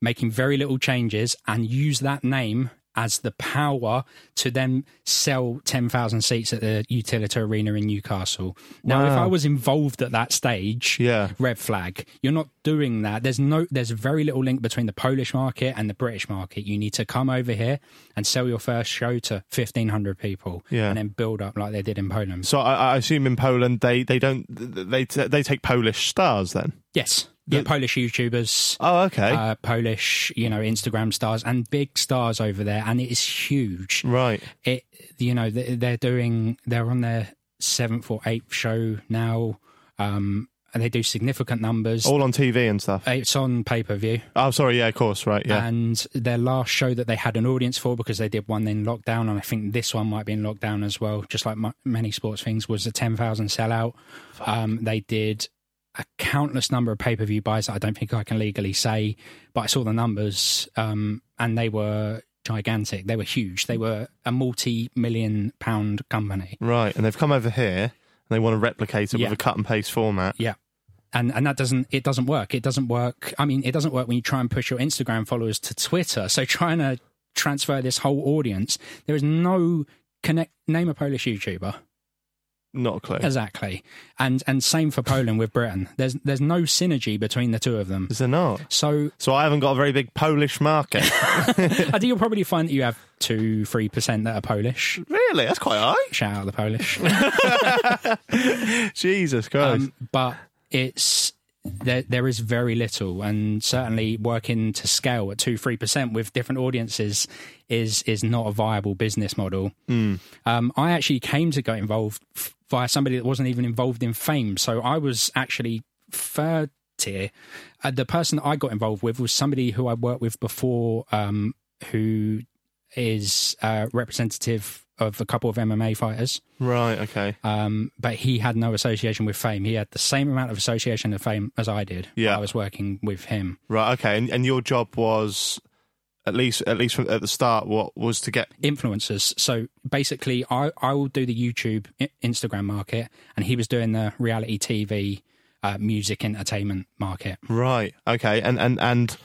S3: making very little changes and use that name as the power to then sell 10,000 seats at the Utilita Arena in Newcastle. Now, if
S4: Wow.
S3: I was involved at that stage,
S4: Yeah.
S3: red flag. You're not doing that. There's no there's very little link between the Polish market and the British market. You need to come over here and sell your first show to 1500 people
S4: Yeah.
S3: and then build up like they did in Poland.
S4: So I, I assume in Poland they, they don't they they take Polish stars then.
S3: Yes. Yeah, Polish YouTubers,
S4: Oh, okay,
S3: uh, Polish, you know, Instagram stars and big stars over there and it is huge.
S4: right.
S3: It you know, th- they're doing they're on their 7th or 8th show now. Um and they do significant numbers.
S4: All on TV and stuff.
S3: it's on pay-per-view.
S4: Oh, sorry. Yeah, of course. Right. Yeah.
S3: uh, and their last show that they had an audience for because they did one in lockdown and i think this one might be in lockdown as well just like mu many sports things was a 10,000 sellout um, they did a countless number of pay-per-view buys that i don't think i can legally say but i saw the numbers um, and they were gigantic they were huge they were a multi-million pound company
S4: right. And they've come over here and they want to replicate it
S3: Yeah.
S4: with a cut and paste format.
S3: Yeah. And and that doesn't it doesn't work. It doesn't work. I mean, it doesn't work when you try and push your Instagram followers to Twitter. So trying to transfer this whole audience, there is no connect name a Polish YouTuber.
S4: Not a clue.
S3: Exactly. And and same for Poland with Britain. There's there's no synergy between the two of them.
S4: Is there not?
S3: So
S4: So I haven't got a very big Polish market.
S3: I think you'll probably find that you have two, three percent that are Polish.
S4: really? That's quite high.
S3: Shout out the Polish.
S4: Jesus Christ.
S3: um, but it's there, there is very little and certainly working to scale at 2 3% with different audiences is is not a viable business model um, i actually came to get involved f- via somebody that wasn't even involved in fame so i was actually third tier uh, the person i got involved with was somebody who i worked with before um, who is uh, representative of a couple of mma fighters
S4: right. Okay.
S3: um, but he had no association with fame. He had the same amount of association of fame as I did.
S4: Yeah.
S3: I was working with him.
S4: Right. Okay. And, and your job was at least at least from, at the start what was to get
S3: Influencers. So basically, I, I will do the YouTube, I- Instagram market, and he was doing the reality TV, uh, music, entertainment market.
S4: Right. Okay. And and and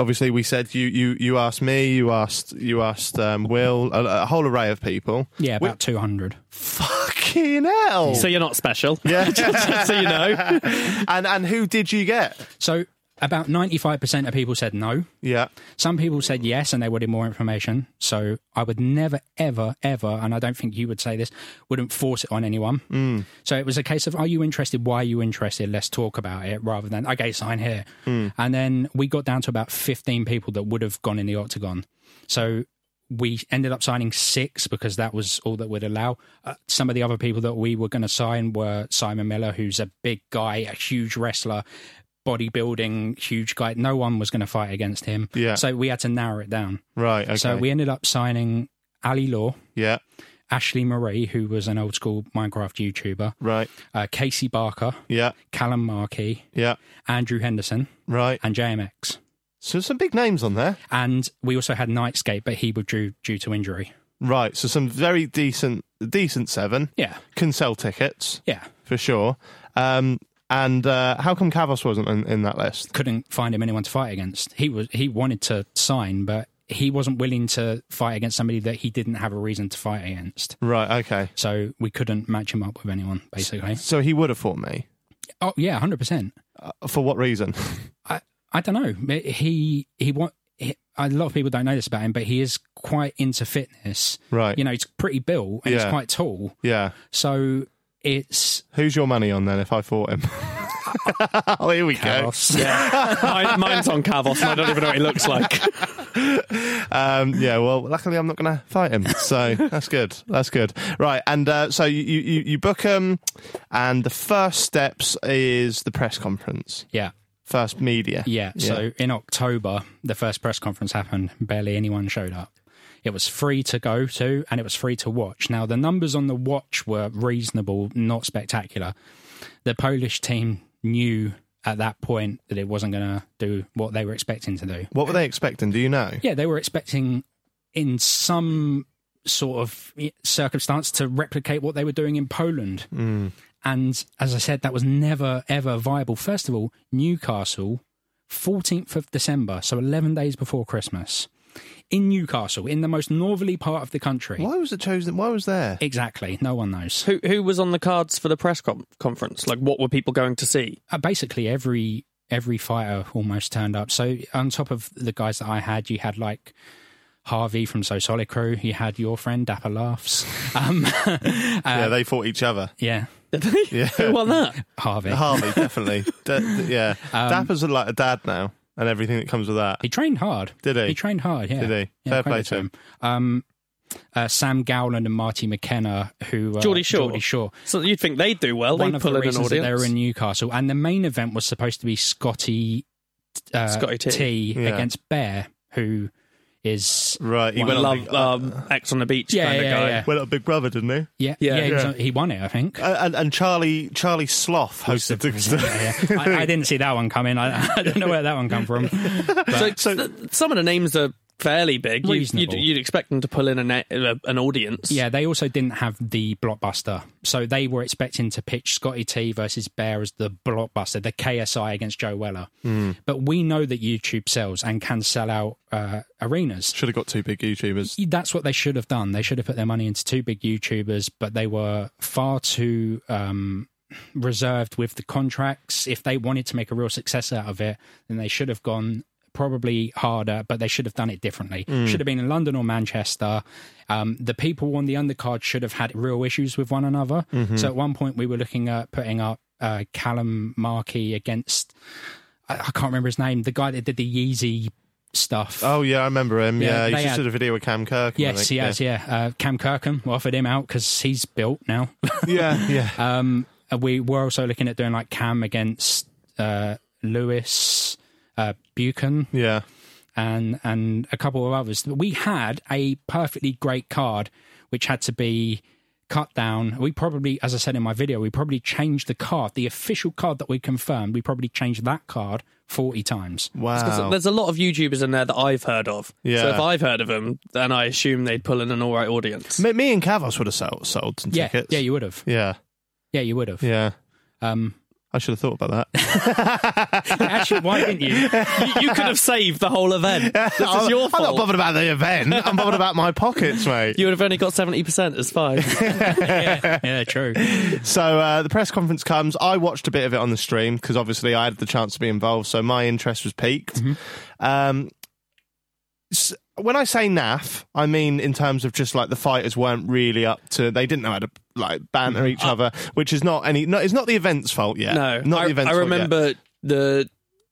S4: obviously we said you you you asked me, you asked you asked um, Will, a, a whole array of people.
S3: Yeah,
S4: We-
S3: about 200.
S4: fucking hell.
S2: So you're not special.
S4: yeah.
S2: so you know.
S4: and and who did you get?
S3: So about 95% of people said no.
S4: Yeah.
S3: Some people said yes and they wanted more information. So I would never, ever, ever, and I don't think you would say this, wouldn't force it on anyone. So it was a case of, are you interested? Why are you interested? Let's talk about it rather than, okay, sign here.
S4: Hmm.
S3: And then we got down to about 15 people that would have gone in the octagon. So we ended up signing six because that was all that would allow. Uh, some of the other people that we were going to sign were Simon Miller, who's a big guy, a huge wrestler, bodybuilding, huge guy. No one was going to fight against him.
S4: Yeah.
S3: So we had to narrow it down.
S4: Right. Okay.
S3: So we ended up signing Ali Law,
S4: yeah.
S3: Ashley Marie, who was an old school Minecraft YouTuber,
S4: Right.
S3: uh, Casey Barker,
S4: Yeah.
S3: Callum Markey,
S4: Yeah.
S3: Andrew Henderson,
S4: Right.
S3: and JMX.
S4: So some big names on there.
S3: And we also had Nightscape, but he withdrew due to injury.
S4: Right. So some very decent decent seven
S3: Yeah.
S4: can sell tickets
S3: Yeah.
S4: for sure. Um and uh, how come Cavos wasn't in, in that list?
S3: couldn't find him anyone to fight against. He was he wanted to sign, but he wasn't willing to fight against somebody that he didn't have a reason to fight against.
S4: Right. Okay.
S3: So we couldn't match him up with anyone, basically.
S4: So he would have fought me.
S3: Oh yeah, hundred percent.
S4: For what reason?
S3: I I don't know. He he want. he- A lot of people don't know this about him, but he is quite into fitness.
S4: Right.
S3: You know, he's pretty built and
S4: Yeah.
S3: he's quite tall.
S4: yeah.
S3: So it's
S4: Who's your money on then if I fought him? oh, here we
S3: chaos.
S2: Mine, mine's on Cavos, and I don't even know what he looks like.
S4: go. Um, yeah, well, luckily I'm not going to fight him. So that's good. That's good. Right. And uh, so you, you, you book him, and the first steps is the press conference,
S3: yeah.
S4: first media.
S3: Yeah. So in October, the first press conference happened. Barely anyone showed up. It was free to go to and it was free to watch. Now, the numbers on the watch were reasonable, not spectacular. The Polish team knew at that point that it wasn't going to do what they were expecting to do.
S4: What were they expecting? Do you know?
S3: Yeah, they were expecting in some sort of circumstance to replicate what they were doing in Poland.
S4: Mm.
S3: And as I said, that was never, ever viable. First of all, Newcastle, 14th of December, so 11 days before Christmas, in Newcastle, in the most northerly part of the country.
S4: Why was it chosen? Why was there?
S3: Exactly. No one knows.
S2: Who who was on the cards for the press com- conference? Like, what were people going to see?
S3: Uh, basically, every every fighter almost turned up. So, on top of the guys that I had, you had like Harvey from So Solid Crew. You had your friend Dapper Laughs. Um, uh,
S4: yeah, they fought each other.
S3: yeah,
S4: Yeah,
S2: Who won that?
S3: Harvey.
S4: Harvey definitely. Da- d- yeah,
S3: Um,
S4: Dapper's like a dad now, and everything that comes with that.
S3: He trained hard.
S4: Did he?
S3: He trained hard. Yeah.
S4: Did he?
S3: Yeah,
S4: Fair
S3: credit
S4: play to him.
S3: Um, uh, Sam Gowland and Marty McKenna, who uh,
S2: Geordie Shore.
S3: Geordie Shore.
S2: So you'd think they'd do well.
S3: One
S2: they'd
S3: of
S2: pull
S3: the
S2: in an
S3: reasons that
S2: audience.
S3: they were in Newcastle, and the main event was supposed to be Scotty, uh,
S2: Scotty T.
S4: Yeah.
S3: against Bear, who is
S4: Right, he
S3: one
S4: went
S3: of
S4: on
S3: the-
S2: Love um, X on the beach
S3: uh, Yeah,
S2: kind of
S3: yeah,
S2: guy.
S3: yeah.
S4: Well, Big Brother, didn't he?
S3: yeah,
S2: Yeah.
S3: yeah, he, was
S4: Yeah.
S3: on- he won it, I think.
S4: Uh, and, and Charlie Charlie Sloth hosted the
S3: Yeah, yeah. I, I didn't see that one coming. I, I don't know where that one come from.
S2: So, th- some of the names are fairly big. You, you'd,
S3: Reasonable.
S2: you'd expect them to pull in a na- uh, an audience.
S3: Yeah, they also didn't have the blockbuster. So they were expecting to pitch Scotty T versus Bear as the blockbuster, the KSI against Joe Weller. But we know that YouTube sells and can sell out uh, arenas.
S4: Should have got two big YouTubers.
S3: That's what they should have done. They should have put their money into two big YouTubers, but they were far too um, reserved with the contracts. If they wanted to make a real success out of it, then they should have gone probably harder, but they should have done it differently. Should have been in London or Manchester. Um, the people on the undercard should have had real issues with one another. So at one point, we were looking at putting up uh, Callum Markey against. I, I can't remember his name. The guy that did the Yeezy stuff.
S4: Oh yeah, I remember him.
S3: Yeah,
S4: Yeah, he
S3: they
S4: just
S3: had-
S4: did a video with Cam Kirk. I
S3: Yes,
S4: think.
S3: he has. Yeah, Uh, Cam Kirkham we offered him out because he's built now.
S4: Yeah, yeah. yeah.
S3: um, and we were also looking at doing like Cam against uh, Lewis uh, Buchan
S4: Yeah.
S3: and and a couple of others. We had a perfectly great card which had to be cut down. We probably, as I said in my video, we probably changed the card, the official card that we confirmed. We probably changed that card forty times.
S2: 'Cause
S4: Wow.
S2: There's a lot of YouTubers in there that I've heard of. So
S4: Yeah.
S2: if I've heard of them, then I assume they'd pull in an all right audience.
S4: Me, me and Cavos would have sold, sold some
S3: Yeah,
S4: tickets.
S3: yeah, you would have.
S4: yeah,
S3: Yeah, you would have.
S4: yeah.
S3: Um,
S4: I should have thought about that.
S3: actually, why didn't you?
S2: you, you could have saved the whole event. This is your
S4: I'm not
S2: fault.
S4: bothered about the event. I'm bothered about my pockets, mate.
S2: You would have only got 70%. It's fine.
S3: Yeah, true.
S4: So uh, the press conference comes. I watched a bit of it on the stream because obviously I had the chance to be involved, so my interest was piqued.
S2: Mm-hmm.
S4: Um, s- when I say naff, I mean in terms of just like the fighters weren't really up to. They didn't know how to like banter each other, which is not any. No, it's not the event's fault yet.
S2: Mm-hmm. no.
S4: not
S2: I,
S4: the event's
S2: I
S4: fault yet.
S2: remember the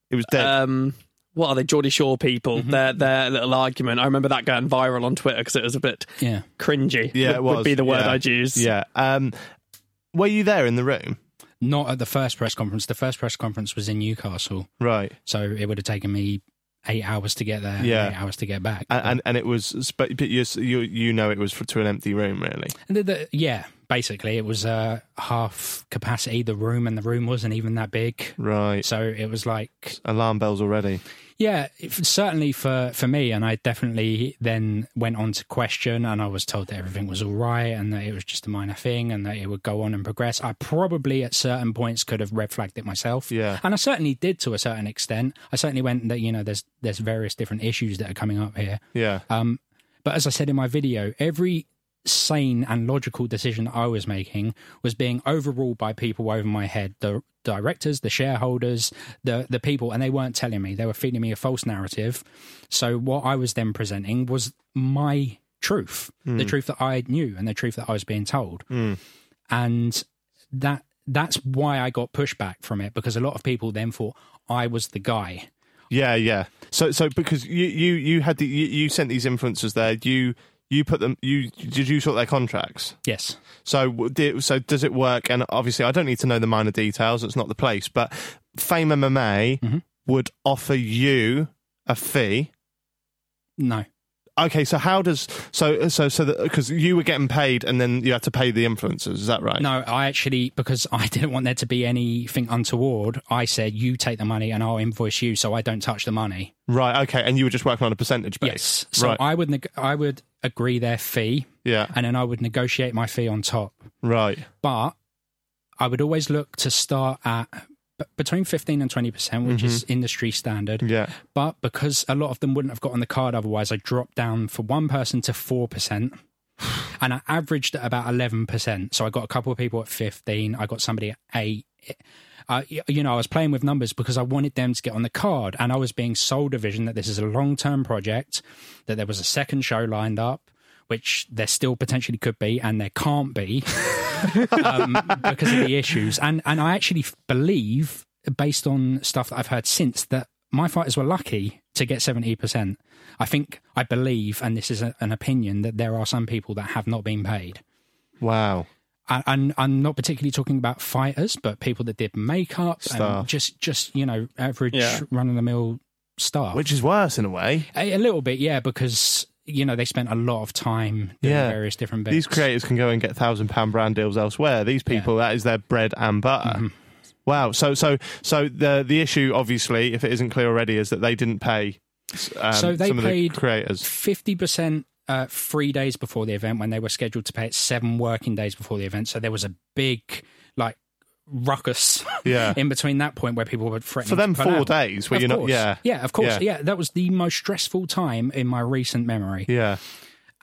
S4: it was dead.
S2: um, what are they, Geordie Shore people,
S4: Mm-hmm.
S2: their their little argument. I remember that going viral on Twitter because it was a bit
S3: Yeah.
S2: cringy.
S4: yeah,
S2: would,
S4: it
S2: would
S4: was.
S2: be the word
S4: Yeah.
S2: I'd use.
S4: Yeah. Um, were you there in the room?
S3: Not at the first press conference. The first press conference was in Newcastle,
S4: Right.
S3: so it would have taken me eight hours to get there, and
S4: Yeah.
S3: eight hours to get back.
S4: And, and and it was, but but you you you know it was for, to an empty room really.
S3: And the, the, yeah, basically, it was uh, half capacity. The room and the room wasn't even that big,
S4: Right.
S3: so it was like
S4: Alarm bells already.
S3: Yeah, if, certainly for for me, and I definitely then went on to question, and I was told that everything was all right, and that it was just a minor thing, and that it would go on and progress. I probably at certain points could have red flagged it myself,
S4: Yeah.
S3: and I certainly did to a certain extent. I certainly went that you know there's there's various different issues that are coming up here,
S4: Yeah.
S3: um, but as I said in my video, every sane and logical decision I was making was being overruled by people over my head the directors, the shareholders, the, the people, and they weren't telling me. They were feeding me a false narrative. So what I was then presenting was my truth, the truth that I knew and the truth that I was being told. And that that's why I got pushback from it because a lot of people then thought I was the guy.
S4: Yeah, yeah. So, so because you you you had the you, you sent these influencers there. You you put them. You did you sort their contracts.
S3: Yes.
S4: So w- do- so does it work? And obviously, I don't need to know the minor details. It's not the place. But Fame
S3: Mm-hmm.
S4: MMA would offer you a fee.
S3: No.
S4: Okay, so how does so so so because you were getting paid and then you had to pay the influencers, is that right?
S3: No, I actually because I didn't want there to be anything untoward. I said you take the money and I'll invoice you, so I don't touch the money.
S4: Right. Okay, and you were just working on a percentage
S3: Yes.
S4: base.
S3: So
S4: right.
S3: I would neg- I would agree their fee.
S4: Yeah.
S3: And then I would negotiate my fee on top.
S4: right.
S3: But I would always look to start at b- between 15 and 20%, which is industry standard.
S4: Mm-hmm. Yeah.
S3: But because a lot of them wouldn't have gotten the card otherwise, I dropped down for one person to 4%. And I averaged at about 11%. So I got a couple of people at 15. I got somebody at 8. Uh, y- you know, I was playing with numbers because I wanted them to get on the card. And I was being sold a vision that this is a long term project, that there was a second show lined up, which there still potentially could be, and there can't be um, because of the issues. And and I actually f- believe, based on stuff that I've heard since, that my fighters were lucky to get seventy percent. I think I believe, and this is a, an opinion, that there are some people that have not been paid.
S4: Wow.
S3: And, and I'm not particularly talking about fighters, but people that did makeup
S4: Staff.
S3: and just just you know average
S2: Yeah.
S3: run of the mill staff.
S4: Which is worse in a way.
S3: a, a little bit, yeah, because. You know, they spent a lot of time doing
S4: Yeah.
S3: various different bits.
S4: These creators can go and get thousand pound brand deals elsewhere. These people, that is their bread and butter.
S3: Mm-hmm.
S4: Wow. So so so the the issue, obviously, if it isn't clear already, is that they didn't pay. Um,
S3: So they
S4: some of
S3: paid
S4: the creators.
S3: fifty percent uh, three days before the event when they were scheduled to pay it seven working days before the event. So there was a big like ruckus
S4: Yeah.
S3: in between that point where people were threatening
S4: For them
S3: to pull
S4: four
S3: out.
S4: days, were
S3: Of
S4: you not-
S3: course.
S4: yeah.
S3: yeah, of course,
S4: Yeah.
S3: yeah. That was the most stressful time in my recent memory,
S4: Yeah.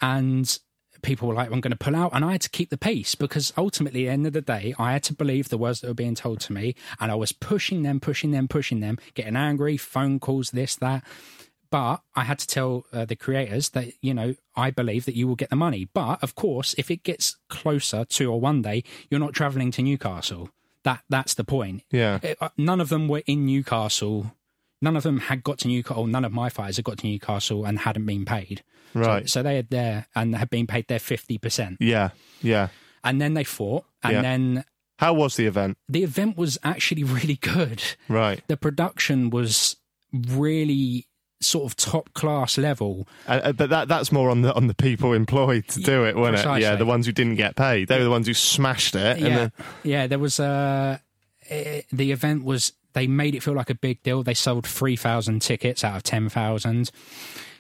S3: and people were like, "I'm going to pull out," and I had to keep the peace because ultimately, at the end of the day, I had to believe the words that were being told to me, and I was pushing them, pushing them, pushing them, getting angry, phone calls, this, that but I had to tell uh, the creators that you know I believe that you will get the money. But of course, if it gets closer to or one day, you're not traveling to Newcastle. That that's the point.
S4: Yeah.
S3: It- uh, none of them were in Newcastle. None of them had got to Newcastle. None of my fighters had got to Newcastle and hadn't been paid.
S4: Right.
S3: So they had their and had been paid their fifty percent,
S4: Yeah. Yeah.
S3: and then they fought, and
S4: Yeah.
S3: then
S4: How was the event?
S3: the event was actually really good
S4: Right.
S3: the production was really sort of top class level.
S4: Uh, uh, but that that's more on the on the people employed to do it, wasn't it? Yeah,
S3: precisely.
S4: the ones who didn't get paid. They were the ones who smashed it.
S3: Yeah,
S4: And then,
S3: yeah. There was uh, eh, the event was they made it feel like a big deal. They sold three thousand tickets out of ten thousand.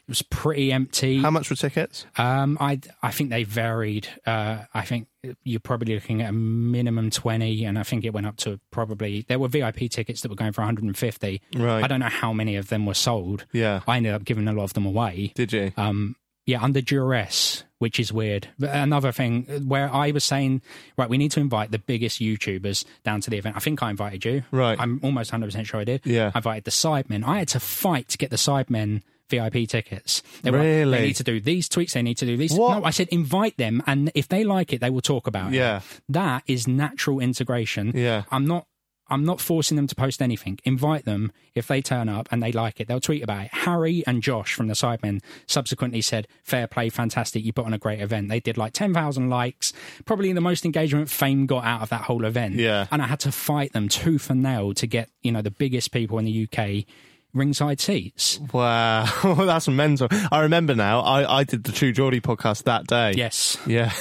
S3: It was pretty empty.
S4: how much were tickets?
S3: Um, I I think they varied. Uh, I think you're probably looking at a minimum twenty, and I think it went up to probably there were VIP tickets that were going for 150.
S4: Right.
S3: I don't know how many of them were sold.
S4: Yeah.
S3: I ended up giving a lot of them away.
S4: Did you?
S3: um, yeah, under duress, which is weird. But another thing uh, where I was saying, right, we need to invite the biggest YouTubers down to the event. I think I invited you.
S4: Right.
S3: I'm almost 100% sure I did.
S4: Yeah.
S3: I invited the Sidemen. I had to fight to get the Sidemen VIP tickets. They Were,
S4: Really?
S3: they need to do these tweets. They need to do these.
S4: What?
S3: No, I said invite them, and if they like it, they will talk about
S4: Yeah.
S3: it. That is natural integration.
S4: Yeah.
S3: I'm not. I'm not forcing them to post anything. Invite them if they turn up and they like it. They'll tweet about it. Harry and Josh from the Sidemen subsequently said, "Fair play, fantastic. You put on a great event." They did like ten thousand likes, probably the most engagement Fame got out of that whole event.
S4: Yeah.
S3: and I had to fight them tooth and nail to get you know the biggest people in the UK ringside seats.
S4: Wow, that's mental. I remember now. I, I did the True Geordie podcast that day.
S3: Yes,
S4: Yeah,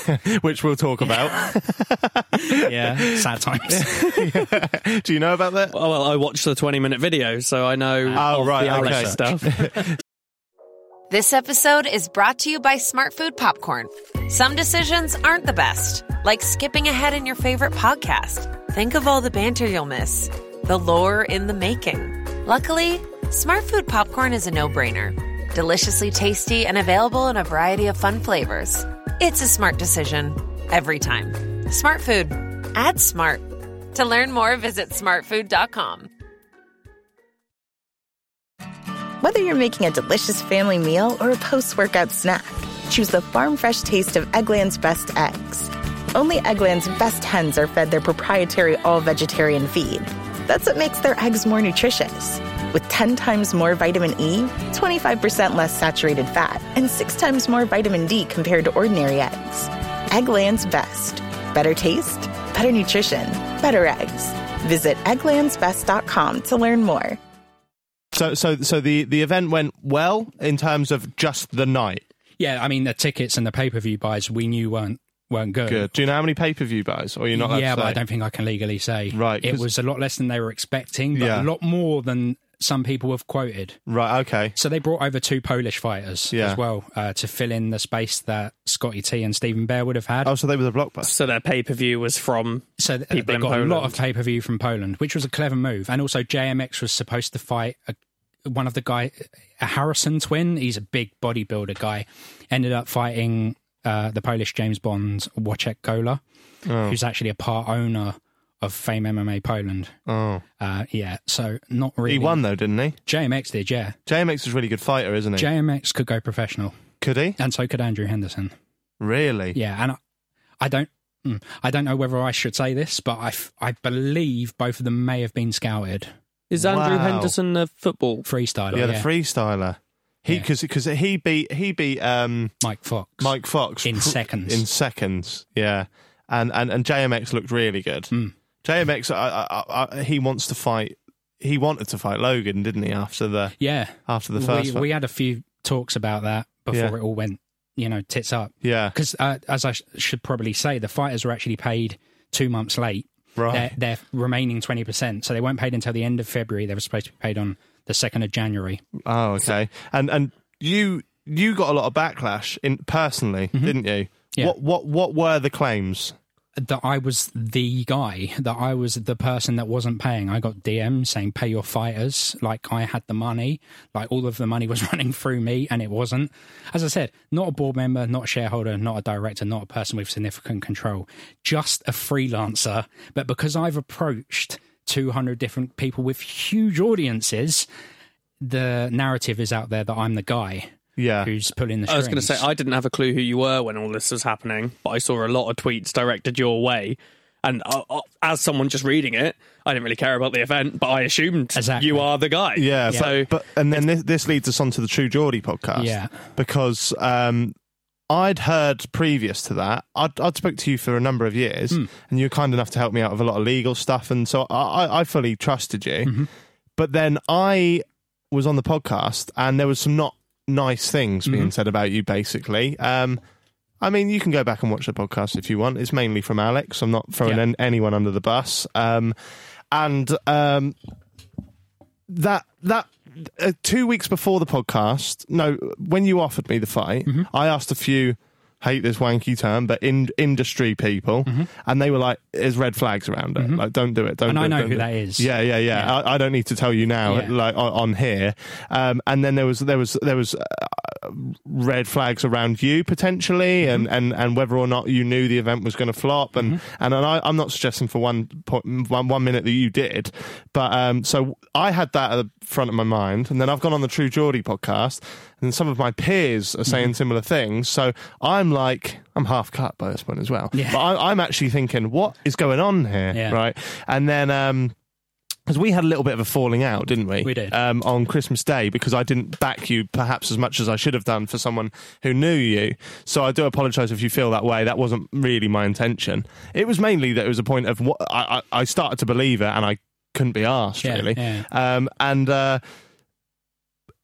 S4: which we'll talk about.
S3: yeah, sad times.
S4: Do you know about that?
S2: Oh, well, I watched the 20 minute video, so I know
S4: Oh,
S2: of
S4: right,
S2: the Alex
S4: okay.
S2: stuff.
S1: This episode is brought to you by Smart Food Popcorn. Some decisions aren't the best, like skipping ahead in your favorite podcast. Think of all the banter you'll miss, the lore in the making. Luckily, Smart Food Popcorn is a no brainer, deliciously tasty and available in a variety of fun flavors. It's a smart decision every time. Smart Food. Add smart. To learn more, visit smartfood.com.
S5: Whether you're making a delicious family meal or a post-workout snack, choose the farm fresh taste of Eggland's best eggs. Only Eggland's best hens are fed their proprietary all-vegetarian feed. That's what makes their eggs more nutritious. With 10 times more vitamin E, 25% less saturated fat, and 6 times more vitamin D compared to ordinary eggs. Eggland's best. Better taste, better nutrition, better eggs. Visit egglandsbest.com to learn more.
S4: So, so, so the the event went well in terms of just the night.
S3: Yeah, I mean the tickets and the pay per view buys we knew weren't weren't good.
S4: Good. Do you know how many pay per view buys? Or you're not allowed
S3: yeah,
S4: to
S3: but
S4: say?
S3: I don't think I can legally say.
S4: Right,
S3: it
S4: 'cause-
S3: was a lot less than they were expecting, but
S4: Yeah.
S3: a lot more than some people have quoted.
S4: Right, okay.
S3: So they brought over two Polish fighters
S4: Yeah.
S3: as well uh, to fill in the space that Scotty T and Stephen Bear would have had.
S4: Oh, so they were the blockbuster.
S2: So their pay per view was from
S3: so th-
S2: people
S3: they
S2: in
S3: got
S2: Poland.
S3: a lot of pay per view from Poland, which was a clever move. And also, JMX was supposed to fight a, one of the guy, a Harrison twin. He's a big bodybuilder guy. Ended up fighting uh, the Polish James Bond Wojciech Gola,
S4: Oh.
S3: who's actually a part owner of Fame MMA Poland.
S4: Oh.
S3: Uh, yeah, so not really.
S4: He won though, didn't he?
S3: JMX did, yeah.
S4: JMX is a really good fighter, isn't he?
S3: JMX could go professional,
S4: Could he?
S3: and so could Andrew Henderson.
S4: Really?
S3: Yeah, and I, I don't, mm, I don't know whether I should say this, but I, f- I believe both of them may have been scouted.
S2: Is Andrew
S4: Wow.
S2: Henderson a football?
S3: Freestyler,
S4: yeah,
S3: yeah,
S4: the freestyler. He
S3: Yeah.
S4: because he beat he beat um,
S3: Mike Fox.
S4: Mike Fox
S3: In
S4: pr-
S3: seconds.
S4: In seconds, yeah. And and and JMX looked really good.
S3: Mm.
S4: JMX, I, I, I, he wants to fight. He wanted to fight Logan, didn't he? After the
S3: yeah,
S4: after the first
S3: we,
S4: one,
S3: we had a few talks about that before
S4: Yeah.
S3: it all went, you know, tits up.
S4: yeah,
S3: Because uh, as I sh- should probably say, the fighters were actually paid two months late.
S4: right,
S3: Their, their remaining twenty percent, so they weren't paid until the end of February. They were supposed to be paid on the second of January.
S4: oh okay, and and you you got a lot of backlash in personally, didn't you?
S3: Mm-hmm. Yeah.
S4: What what what were the claims?
S3: that I was the guy, that I was the person that wasn't paying. I got DMs saying, pay your fighters. Like, I had the money. Like, all of the money was running through me, and it wasn't. As I said, not a board member, not a shareholder, not a director, not a person with significant control, just a freelancer. But because I've approached 200 different people with huge audiences, the narrative is out there that I'm the guy
S4: Yeah,
S3: who's pulling the
S2: I was
S3: strings.
S2: going to say I didn't have a clue who you were when all this was happening, but I saw a lot of tweets directed your way. And uh, uh, as someone just reading it, I didn't really care about the event, but I assumed
S3: Exactly.
S2: you are the guy.
S4: Yeah,
S2: So
S4: But, but and then this, this leads us on to the True Geordie podcast.
S3: Yeah.
S4: Because um, I'd heard previous to that, I'd, I'd spoke to you for a number of years, and you were kind enough to help me out with a lot of legal stuff, and so I, I, I fully trusted you. But then I was on the podcast, and there was some not nice things
S3: Mm-hmm.
S4: being said about you, basically. Um, I mean, you can go back and watch the podcast if you want. It's mainly from Alex. I'm not throwing
S3: Yeah.
S4: an anyone under the bus. Um, and um, that that uh, two weeks before the podcast, no, when you offered me the fight,
S3: Mm-hmm.
S4: I asked a few hate this wanky term, but in industry people, and they were like, "There's red flags around it. Like, don't do it. Don't."
S3: Mm-hmm. And
S4: do
S3: I
S4: it,
S3: know
S4: don't
S3: who
S4: do it."
S3: that is.
S4: Yeah, yeah, yeah.
S3: Yeah.
S4: I, I don't need to tell you now,
S3: Yeah.
S4: like on, on here. Um, and then there was there was there was uh, red flags around you potentially,
S3: Mm-hmm.
S4: and, and and whether or not you knew the event was going to flop, and and, and I, I'm not suggesting for one point one one minute that you did, but um, so I had that at the front of my mind, and then I've gone on the True Geordie podcast, and some of my peers are
S3: Mm-hmm.
S4: saying similar things, so I'm like. I'm half cut by this point as well,
S3: Yeah.
S4: but I, I'm actually thinking, what is going on here,
S3: Yeah.
S4: right? And then um, because we had a little bit of a falling out, didn't we?
S3: We did.
S4: Um, on Christmas Day because I didn't back you perhaps as much as I should have done for someone who knew you. So I do apologise if you feel that way. That wasn't really my intention. It was mainly that it was a point of what I, I, I started to believe it and I couldn't be asked
S3: Yeah,
S4: really.
S3: yeah.
S4: Um, and uh,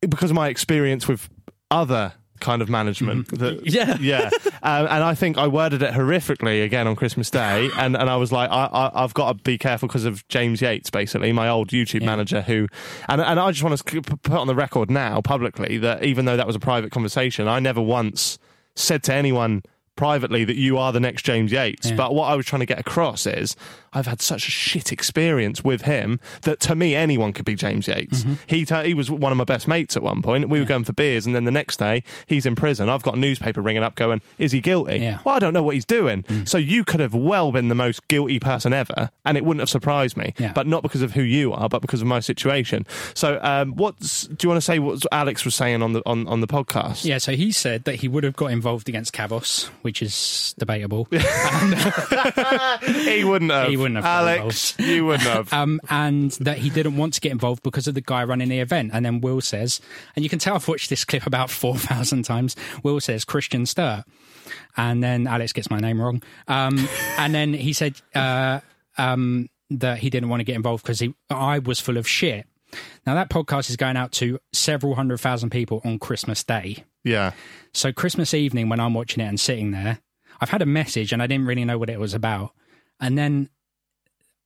S4: because of my experience with other kind of management that
S2: Yeah.
S4: yeah um, and i think i worded it horrifically again on christmas day and, and i was like I, I, i've got to be careful because of james yates basically my old youtube manager who and, and i just want to put on the record now publicly that even though that was a private conversation i never once said to anyone privately that you are the next James Yates. But what I was trying to get across is I've had such a shit experience with him that to me anyone could be James Yates.
S3: Mm-hmm.
S4: He t- he was one of my best mates at one point. We were going for beers, and then the next day he's in prison. I've got a newspaper ringing up going, "Is he guilty?"
S3: Yeah. Mm.
S4: Well, I don't know what he's doing. So you could have well been the most guilty person ever, and it wouldn't have surprised me.
S3: Yeah.
S4: But not because of who you are, but because of my situation. So um, what's do you want to say? What Alex was saying on the on, on the podcast?
S3: Yeah, so he said that he would have got involved against Cavos, which is debatable.
S4: he wouldn't have.
S3: He wouldn't have got
S4: Alex, you wouldn't have.
S3: um, and that he didn't want to get involved because of the guy running the event. And then Will says, and you can tell I've watched this clip about 4,000 times. Will says, Christian Sturt. And then Alex gets my name wrong. Um, and then he said uh, um, that he didn't want to get involved because I was full of shit. Now, that podcast is going out to several hundred thousand people on Christmas Day.
S4: Yeah.
S3: So Christmas evening, when I'm watching it and sitting there, I've had a message and I didn't really know what it was about. And then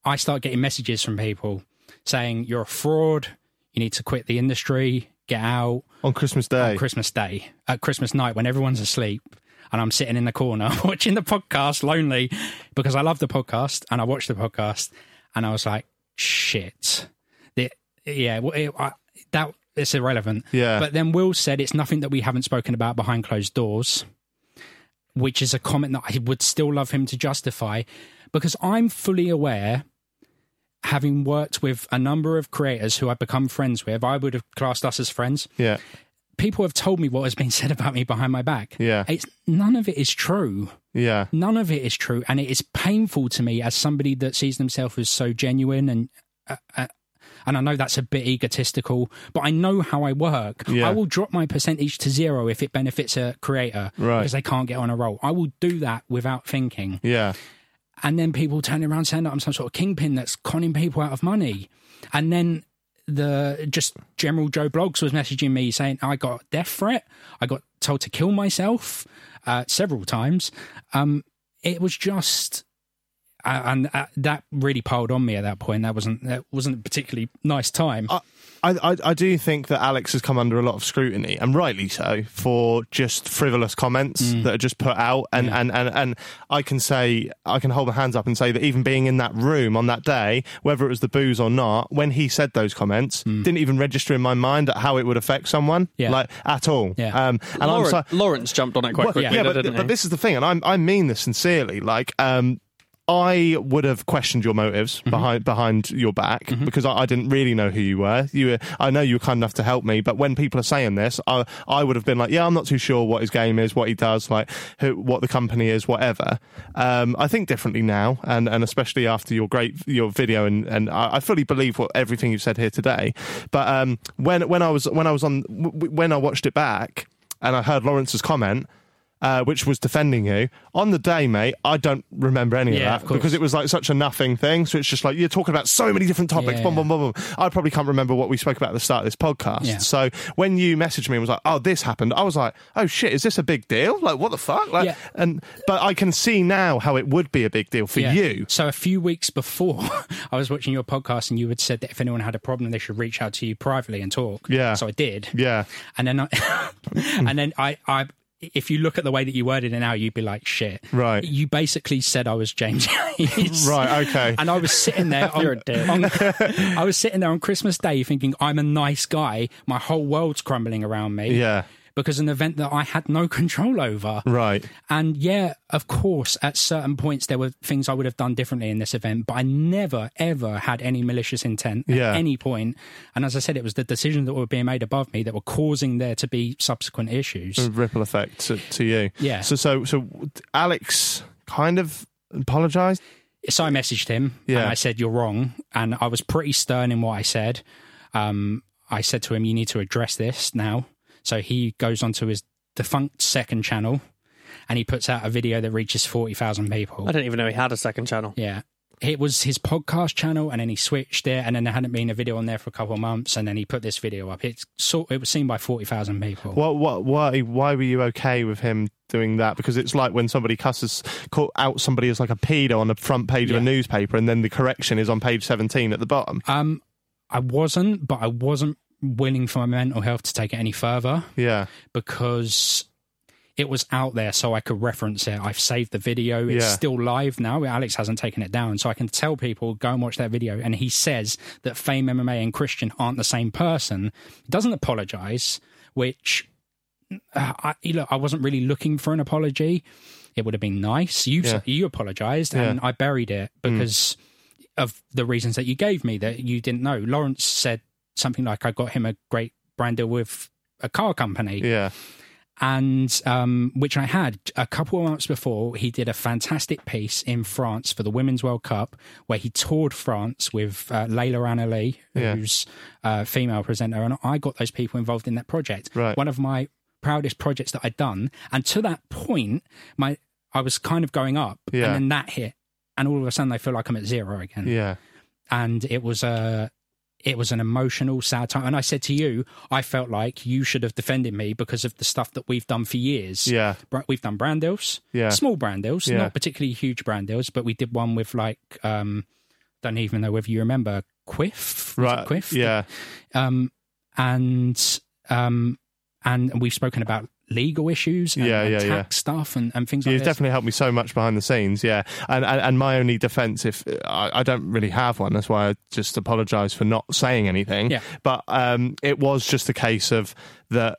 S3: I start getting messages from people saying, You're a fraud. You need to quit the industry, get out.
S4: On Christmas Day.
S3: On Christmas Day. At Christmas night when everyone's asleep. And I'm sitting in the corner watching the podcast lonely because I love the podcast and I watched the podcast. And I was like, Shit. The, yeah. well, It, I, that. It's irrelevant.
S4: Yeah.
S3: But then Will said it's nothing that we haven't spoken about behind closed doors which is a comment that I would still love him to justify because I'm fully aware, having worked with a number of creators who I've become friends with, I would have classed us as friends.
S4: Yeah.
S3: People have told me what has been said about me behind my back.
S4: Yeah.
S3: It's none of it is true.
S4: Yeah.
S3: None of it is true. And it is painful to me as somebody that sees themselves as so genuine and. Uh, uh, and I know that's a bit egotistical, but I know how I work.
S4: Yeah.
S3: I will drop my percentage to zero if it benefits a creator
S4: Right.
S3: because they can't get on a roll. I will do that without thinking.
S4: Yeah.
S3: And then people turn around saying that I'm some sort of kingpin that's conning people out of money. And then the just general Joe Blogs was messaging me saying I got a death threat. I got told to kill myself uh, several times. Um, it was just. Uh, and uh, that really piled on me at that point. That wasn't that wasn't a particularly nice time.
S4: Oh, I, I, I do think that Alex has come under a lot of scrutiny, and rightly so, for just frivolous comments
S2: Mm.
S4: that are just put out. And, and, and, and I can say, I can hold my hands up and say that even being in that room on that day, whether it was the booze or not, when he said those comments, didn't even register in my mind how it would affect someone,
S2: Mm. Yeah.
S4: like at all.
S2: Yeah.
S4: Um, and I'm
S2: Lawrence,
S4: so-
S2: Lawrence jumped on it quite
S4: Well,
S2: quickly,
S4: Yeah,
S2: though,
S4: but,
S2: didn't
S4: but
S2: he?
S4: this is the thing, and I'm, I mean this sincerely. Like, um, I would have questioned your motives
S2: Mm-hmm.
S4: behind behind your back because I, I didn't really know who you were. You, were, I know you were kind enough to help me, but when people are saying this, I, I would have been like, yeah, I'm not too sure what his game is, what he does, like who, what the company is, whatever. Um, I think differently now, and, and especially after your great your video, and, and I, I fully believe what everything you've said here today. But um, when when I was when I was on w- w- when I watched it back and I heard Lawrence's comment uh, which was defending you on the day, mate. I don't remember
S3: Yeah,
S4: any of
S3: of
S4: that
S3: course.
S4: because it was like such a nothing thing. So it's just like you're talking about so many different topics.
S3: Yeah.
S4: Boom, boom, boom, boom. I probably can't remember what we spoke about at the start of this podcast.
S3: Yeah.
S4: So when you messaged me and was like, "Oh, this happened," I was like, "Oh shit, is this a big deal? Like, what the fuck?" Like,
S3: Yeah.
S4: and but I can see now how it would be a big deal for
S3: Yeah.
S4: you.
S3: So a few weeks before, I was watching your podcast, and you had said that if anyone had a problem, they should reach out to you privately and talk.
S4: Yeah.
S3: So I did.
S4: Yeah,
S3: And then, I, and then I, I, if you look at the way that you worded it now, you'd be like, "Shit."
S4: Right.
S3: You basically said I was James Hayes.
S4: Right, okay.
S3: And I was sitting there. on, on- I was sitting there on Christmas Day, thinking, "I'm a nice guy. My whole world's crumbling around me."
S4: yeah,
S3: Because an event that I had no control over.
S4: right.
S3: And yeah, of course, at certain points there were things I would have done differently in this event, but I never, ever had any malicious intent at
S4: Yeah.
S3: any point. And as I said, it was the decisions that were being made above me that were causing there to be subsequent issues.
S4: A ripple effect to, to you.
S3: Yeah.
S4: So so so Alex kind of apologized.
S3: So I messaged him
S4: Yeah.
S3: and I said, You're wrong. And I was pretty stern in what I said. Um, I said to him, You need to address this now. So he goes onto his defunct second channel and he puts out a video that reaches 40,000 people.
S2: I didn't even know he had a second channel.
S3: Yeah. It was his podcast channel, and then he switched it, and then there hadn't been a video on there for a couple of months, and then he put this video up. It's sort it was seen by forty thousand people.
S4: What, what, why, why were you okay with him doing that? Because it's like when somebody cusses call out somebody as like a pedo on the front page of
S3: Yeah.
S4: a newspaper, and then the correction is on page seventeen at the bottom.
S3: Um, I wasn't, but I wasn't willing for my mental health to take it any further
S4: Yeah,
S3: because it was out there, so I could reference it. I've saved the video; it's
S4: Yeah.
S3: still live now. Alex hasn't taken it down, so I can tell people go and watch that video. And he says that Fame MMA and Christian aren't the same person. He doesn't apologize, which uh, I, you know, I wasn't really looking for an apology. It would have been nice. You
S4: Yeah.
S3: you apologized, and
S4: Yeah. Mm.
S3: I buried it because of the reasons that you gave me that you didn't know. Lawrence said something like, "I got him a great brand deal with a car company,"
S4: yeah,
S3: and um, which I had a couple of months before. He did a fantastic piece in France for the Women's World Cup, where he toured France with uh, Layla Annalee,
S4: Yeah.
S3: who's a female presenter, and I got those people involved in that project.
S4: Right.
S3: One of my proudest projects that I'd done, and to that point, my I was kind of going up,
S4: Yeah.
S3: and then that hit, and all of a sudden I feel like I'm at zero again
S4: yeah,
S3: and it was a it was an emotional, sad time. And I said to you, I felt like you should have defended me because of the stuff that we've done for years.
S4: Yeah.
S3: Bra- We've done brand deals,
S4: Yeah.
S3: small brand deals,
S4: Yeah.
S3: not particularly huge brand deals, but we did one with like, um, don't even know whether you remember Quiff, was it
S4: Right,
S3: Quiff,
S4: yeah.
S3: um, and um, and we've spoken about legal issues, and,
S4: Yeah,
S3: and
S4: yeah, yeah.
S3: tax stuff, and, and things like
S4: You've
S3: this.
S4: definitely helped me so much behind the scenes, yeah. And and, and my only defence, if I, I don't really have one, that's why I just apologise for not saying anything.
S3: Yeah.
S4: But um, it was just a case of that.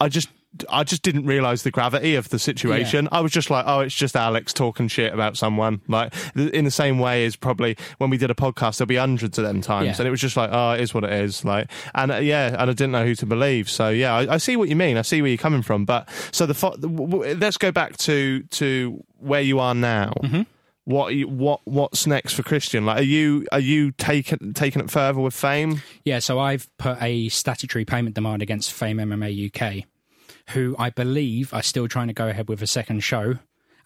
S4: I just. I just didn't realise the gravity of the situation. I was just like, oh, it's just Alex talking shit about someone. Like, th- in the same way as probably when we did a podcast, there'll be hundreds of them times.
S3: Yeah.
S4: And it was just like, oh, it is what it is. Like, and uh, yeah, and I didn't know who to believe. So yeah, I, I see what you mean. I see where you're coming from. But so the, fo- the w- w- let's go back to to where you are now. What are you- what what's next for Christian? Like, are you are you taking taking it further with fame?
S3: Yeah, so I've put a statutory payment demand against Fame MMA UK, who I believe are still trying to go ahead with a second show,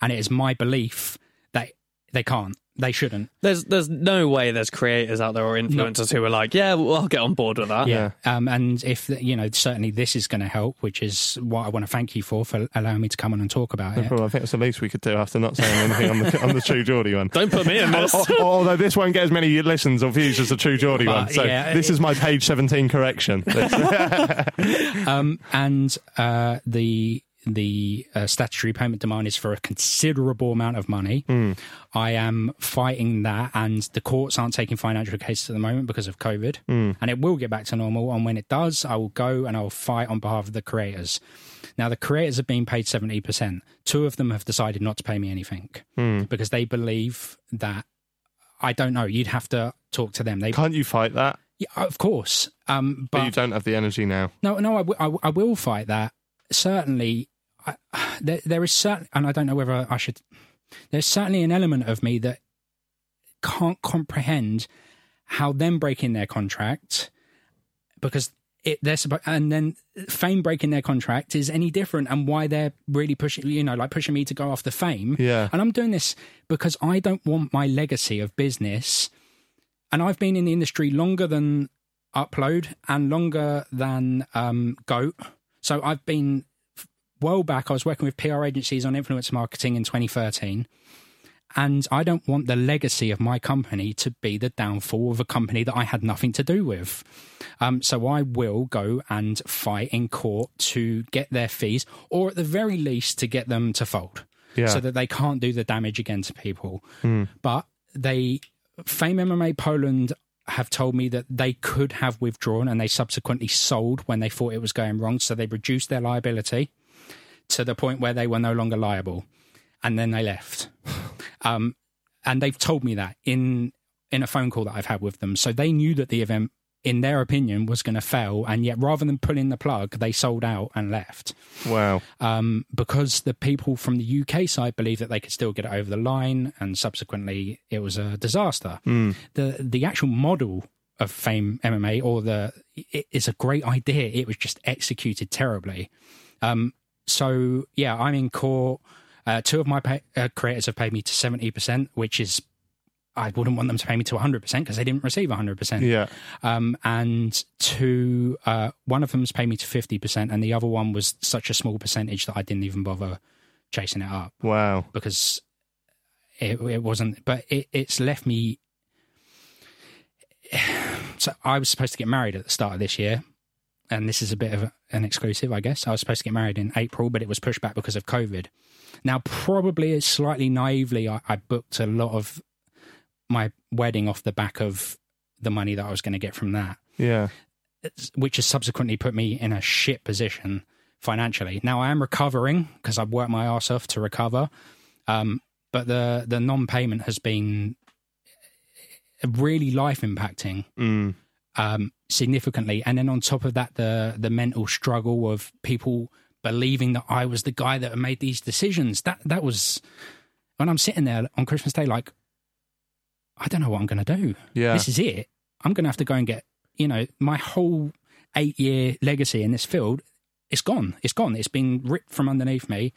S3: and it is my belief that they can't, they shouldn't.
S2: There's there's no way there's creators out there or influencers who are like, yeah, well, I'll get on board with that.
S3: Um, and if you know, certainly this is going to help, which is what I want to thank you for for allowing me to come on and talk about
S4: No
S3: it.
S4: problem. I think that's the least we could do after not saying anything on the on the True Geordie one.
S2: Don't put me in this.
S4: Al- al- Although this won't get as many listens or views as the True Geordie
S3: But,
S4: one. So
S3: yeah,
S4: this
S3: it-
S4: is my page 17 correction.
S3: um, and uh, the the uh, statutory payment demand is for a considerable amount of money.
S4: Hmm.
S3: I am fighting that, and the courts aren't taking financial cases at the moment because of COVID.
S4: Hmm.
S3: And it will get back to normal. And when it does, I will go and I will fight on behalf of the creators. Now, the creators have been paid 70%. Two of them have decided not to pay me anything
S4: Hmm.
S3: because they believe that. I don't know. You'd have to talk to them. They,
S4: Can't you fight that?
S3: yeah, of course. Um,
S4: But you don't have the energy now.
S3: no, no, I, w- I, w- I will fight that. Certainly, I, there, there is certain, and I don't know whether I should. There's certainly an element of me that can't comprehend how them breaking their contract because it they're supposed and then fame breaking their contract is any different and why they're really pushing you know like pushing me to go after fame
S4: Yeah.
S3: and i'm doing this because i don't want my legacy of business and I've been in the industry longer than Upload and longer than um, Goat. So I've been f- well back. I was working with PR agencies on influence marketing in 2013. And I don't want the legacy of my company to be the downfall of a company that I had nothing to do with. Um, so I will go and fight in court to get their fees, or at the very least, to get them to fold
S4: Yeah.
S3: so that they can't do the damage again to people. But they, Fame MMA Poland have told me that they could have withdrawn and they subsequently sold when they thought it was going wrong. So they reduced their liability to the point where they were no longer liable. And then they left. um, and they've told me that in in a phone call that I've had with them. So they knew that the event, in their opinion, was going to fail. And yet, rather than pulling the plug, they sold out and left
S4: Wow.
S3: um, because the people from the UK side believe that they could still get it over the line, and subsequently it was a disaster. The the actual model of Fame MMA or the it is a great idea. It was just executed terribly. Um, so yeah, I'm in court. Uh, two of my pay, uh, creators have paid me to seventy percent, which is I wouldn't want them to pay me to one hundred percent because they didn't receive one hundred percent
S4: Yeah.
S3: um, and two, uh, one of them's paid me to fifty percent, and the other one was such a small percentage that I didn't even bother chasing it up
S4: Wow.
S3: because it, it wasn't. But it, it's left me. So I was supposed to get married at the start of this year, and this is a bit of an exclusive, I guess. I was supposed to get married in April, but it was pushed back because of COVID. Now, probably slightly naively, I, I booked a lot of my wedding off the back of the money that I was going to get from that
S4: Yeah.
S3: which has subsequently put me in a shit position financially. Now I am recovering because I've worked my ass off to recover, um, but the the non payment has been really life impacting
S4: Mm.
S3: um, significantly. And then on top of that, the the mental struggle of people believing that I was the guy that made these decisions. That that was when I'm sitting there on Christmas Day, like I don't know what I'm going to do.
S4: Yeah.
S3: this is it. I'm going to have to go and get you know my whole eight year legacy in this field. It's gone. It's gone. It's been ripped from underneath me.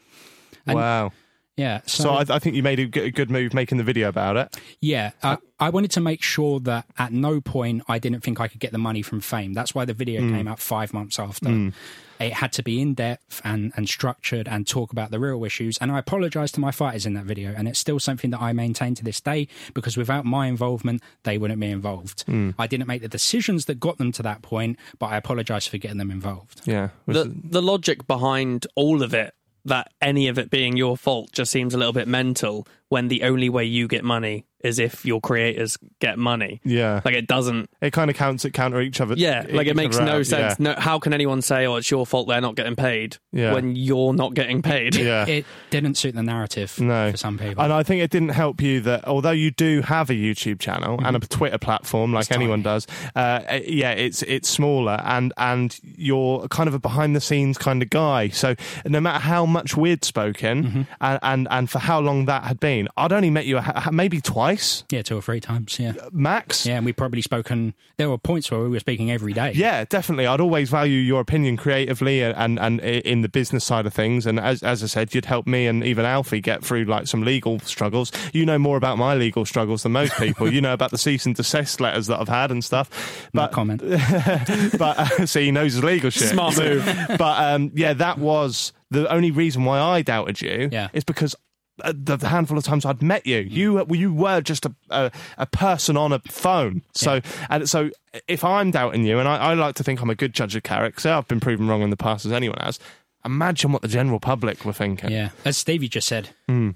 S3: And-
S4: wow.
S3: Yeah.
S4: So,
S3: So,
S4: I, I think you made a g- a good move making the video about it.
S3: yeah, uh, I wanted to make sure that at no point I didn't think I could get the money from fame. That's why the video
S4: Mm.
S3: came out five months after.
S4: Mm.
S3: It had to be in depth and, and structured and talk about the real issues. And I apologize to my fighters in that video. And it's still something that I maintain to this day because without my involvement, they wouldn't be involved.
S4: Mm.
S3: I didn't make the decisions that got them to that point, but I apologize for getting them involved.
S4: Yeah.
S2: the the logic behind all of it that any of it being your fault just seems a little bit mental when the only way you get money is if your creators get money.
S4: Yeah.
S2: Like it doesn't
S4: It kind of counts it counter each other.
S2: yeah, like
S4: each
S2: it makes
S4: other
S2: no
S4: out,
S2: sense.
S4: yeah.
S2: No, how can anyone say, "Oh, it's your fault they're not getting paid"
S4: Yeah.
S2: when you're not getting paid?
S3: It didn't suit the narrative
S4: No.
S3: for some people.
S4: And I think it didn't help you that although you do have a YouTube channel and a
S3: Mm-hmm.
S4: Twitter platform like anyone does, uh, uh, yeah, it's it's smaller and and you're kind of a behind the scenes kind of guy. So no matter how much we'd spoken
S3: Mm-hmm.
S4: and, and and for how long that had been, I'd only met you a, ha- maybe twice.
S3: Yeah, two or three times. Yeah,
S4: max.
S3: Yeah, and we probably spoken. There were points where we were speaking every day.
S4: Yeah, definitely. I'd always value your opinion creatively and, and, and i- in the business side of things. And as, as I said, you'd help me and even Alfie get through like some legal struggles. You know more about my legal struggles than most people. you know about the cease and desist letters that I've had and stuff. But
S3: comment.
S4: but uh, see, he knows his legal shit.
S2: Smart move.
S4: but um, yeah, that was the only reason why I doubted you. Yeah. is because. uh, The the handful of times I'd met you, you were- you were just a a, a person on a phone. So and so, if I'm doubting you, and I, I like to think I'm a good judge of character, I've been proven wrong in the past as anyone has. Imagine what the general public were thinking.
S3: Yeah, as Stevie just said.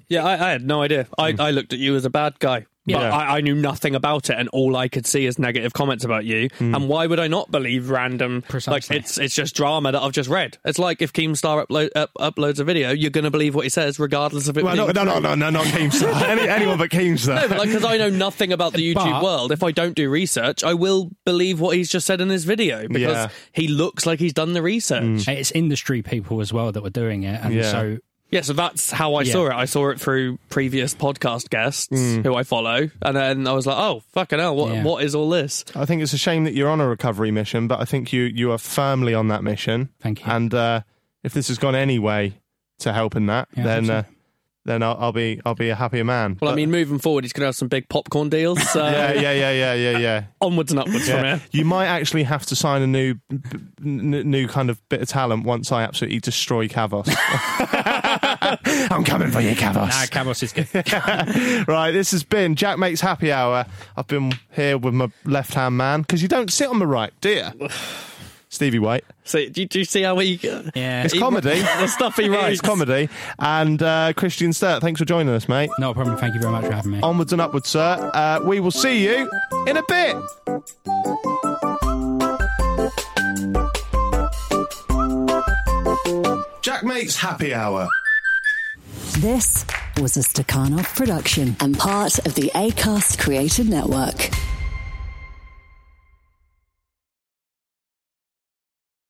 S2: Yeah, I, I had no idea.
S4: Hmm.
S2: I, I looked at you as a bad guy. But
S3: Yeah.
S2: I, I knew nothing about it, and all I could see is negative comments about you.
S4: Hmm.
S2: And why would I not believe random? Like it's it's just drama that I've just read. It's like if Keemstar upload, up, uploads a video, you're going to believe what he says, regardless of it.
S4: Well, no,
S2: being-
S4: no, no, no, no, not Keemstar. Any, anyone but Keemstar.
S2: No, but like because I know nothing about the YouTube
S4: But-
S2: world. If I don't do research, I will believe what he's just said in his video because
S3: Yeah.
S2: he looks like he's done the research.
S4: Hmm.
S3: It's industry people as well that were doing it, and
S2: Yeah.
S3: so
S2: Yeah, so that's how I
S3: Yeah.
S2: saw it. I saw it through previous podcast guests
S4: Mm.
S2: who I follow, and then I was like, "Oh, fucking hell! What
S4: Yeah.
S2: what is all this?"
S4: I think it's a shame that you're on a recovery mission, but I think you you are firmly on that mission.
S3: Thank you.
S4: And uh, if this has gone any way to helping that,
S2: Yeah, I
S4: then
S2: hope so.
S4: uh, then I'll, I'll be I'll be a happier man.
S2: Well, I
S4: But-
S2: mean, moving forward, he's going to have some big popcorn deals. So
S4: yeah, yeah, yeah, yeah, yeah, yeah.
S2: Onwards and upwards from here.
S4: You might actually have to sign a new, b- b- n- new kind of bit of talent once I absolutely destroy Cavos. I'm coming for you, Cavos.
S3: Nah, Cavos is good.
S4: right, this has been Jack Makes Happy Hour. I've been here with my left hand man because you don't sit on my right, do you? Stevie White.
S2: So do, you- do you see how he? uh, Yeah,
S4: It's comedy.
S2: the stuff he writes.
S4: It's comedy. And uh, Christian Sturt, thanks for joining us, mate.
S3: No problem. Thank you very much for having me.
S4: Onwards and upwards, sir. Uh, we will see you in a bit. Jack Mates Happy Hour.
S6: This was a Stakhanov production and part of the Acast Creator Network.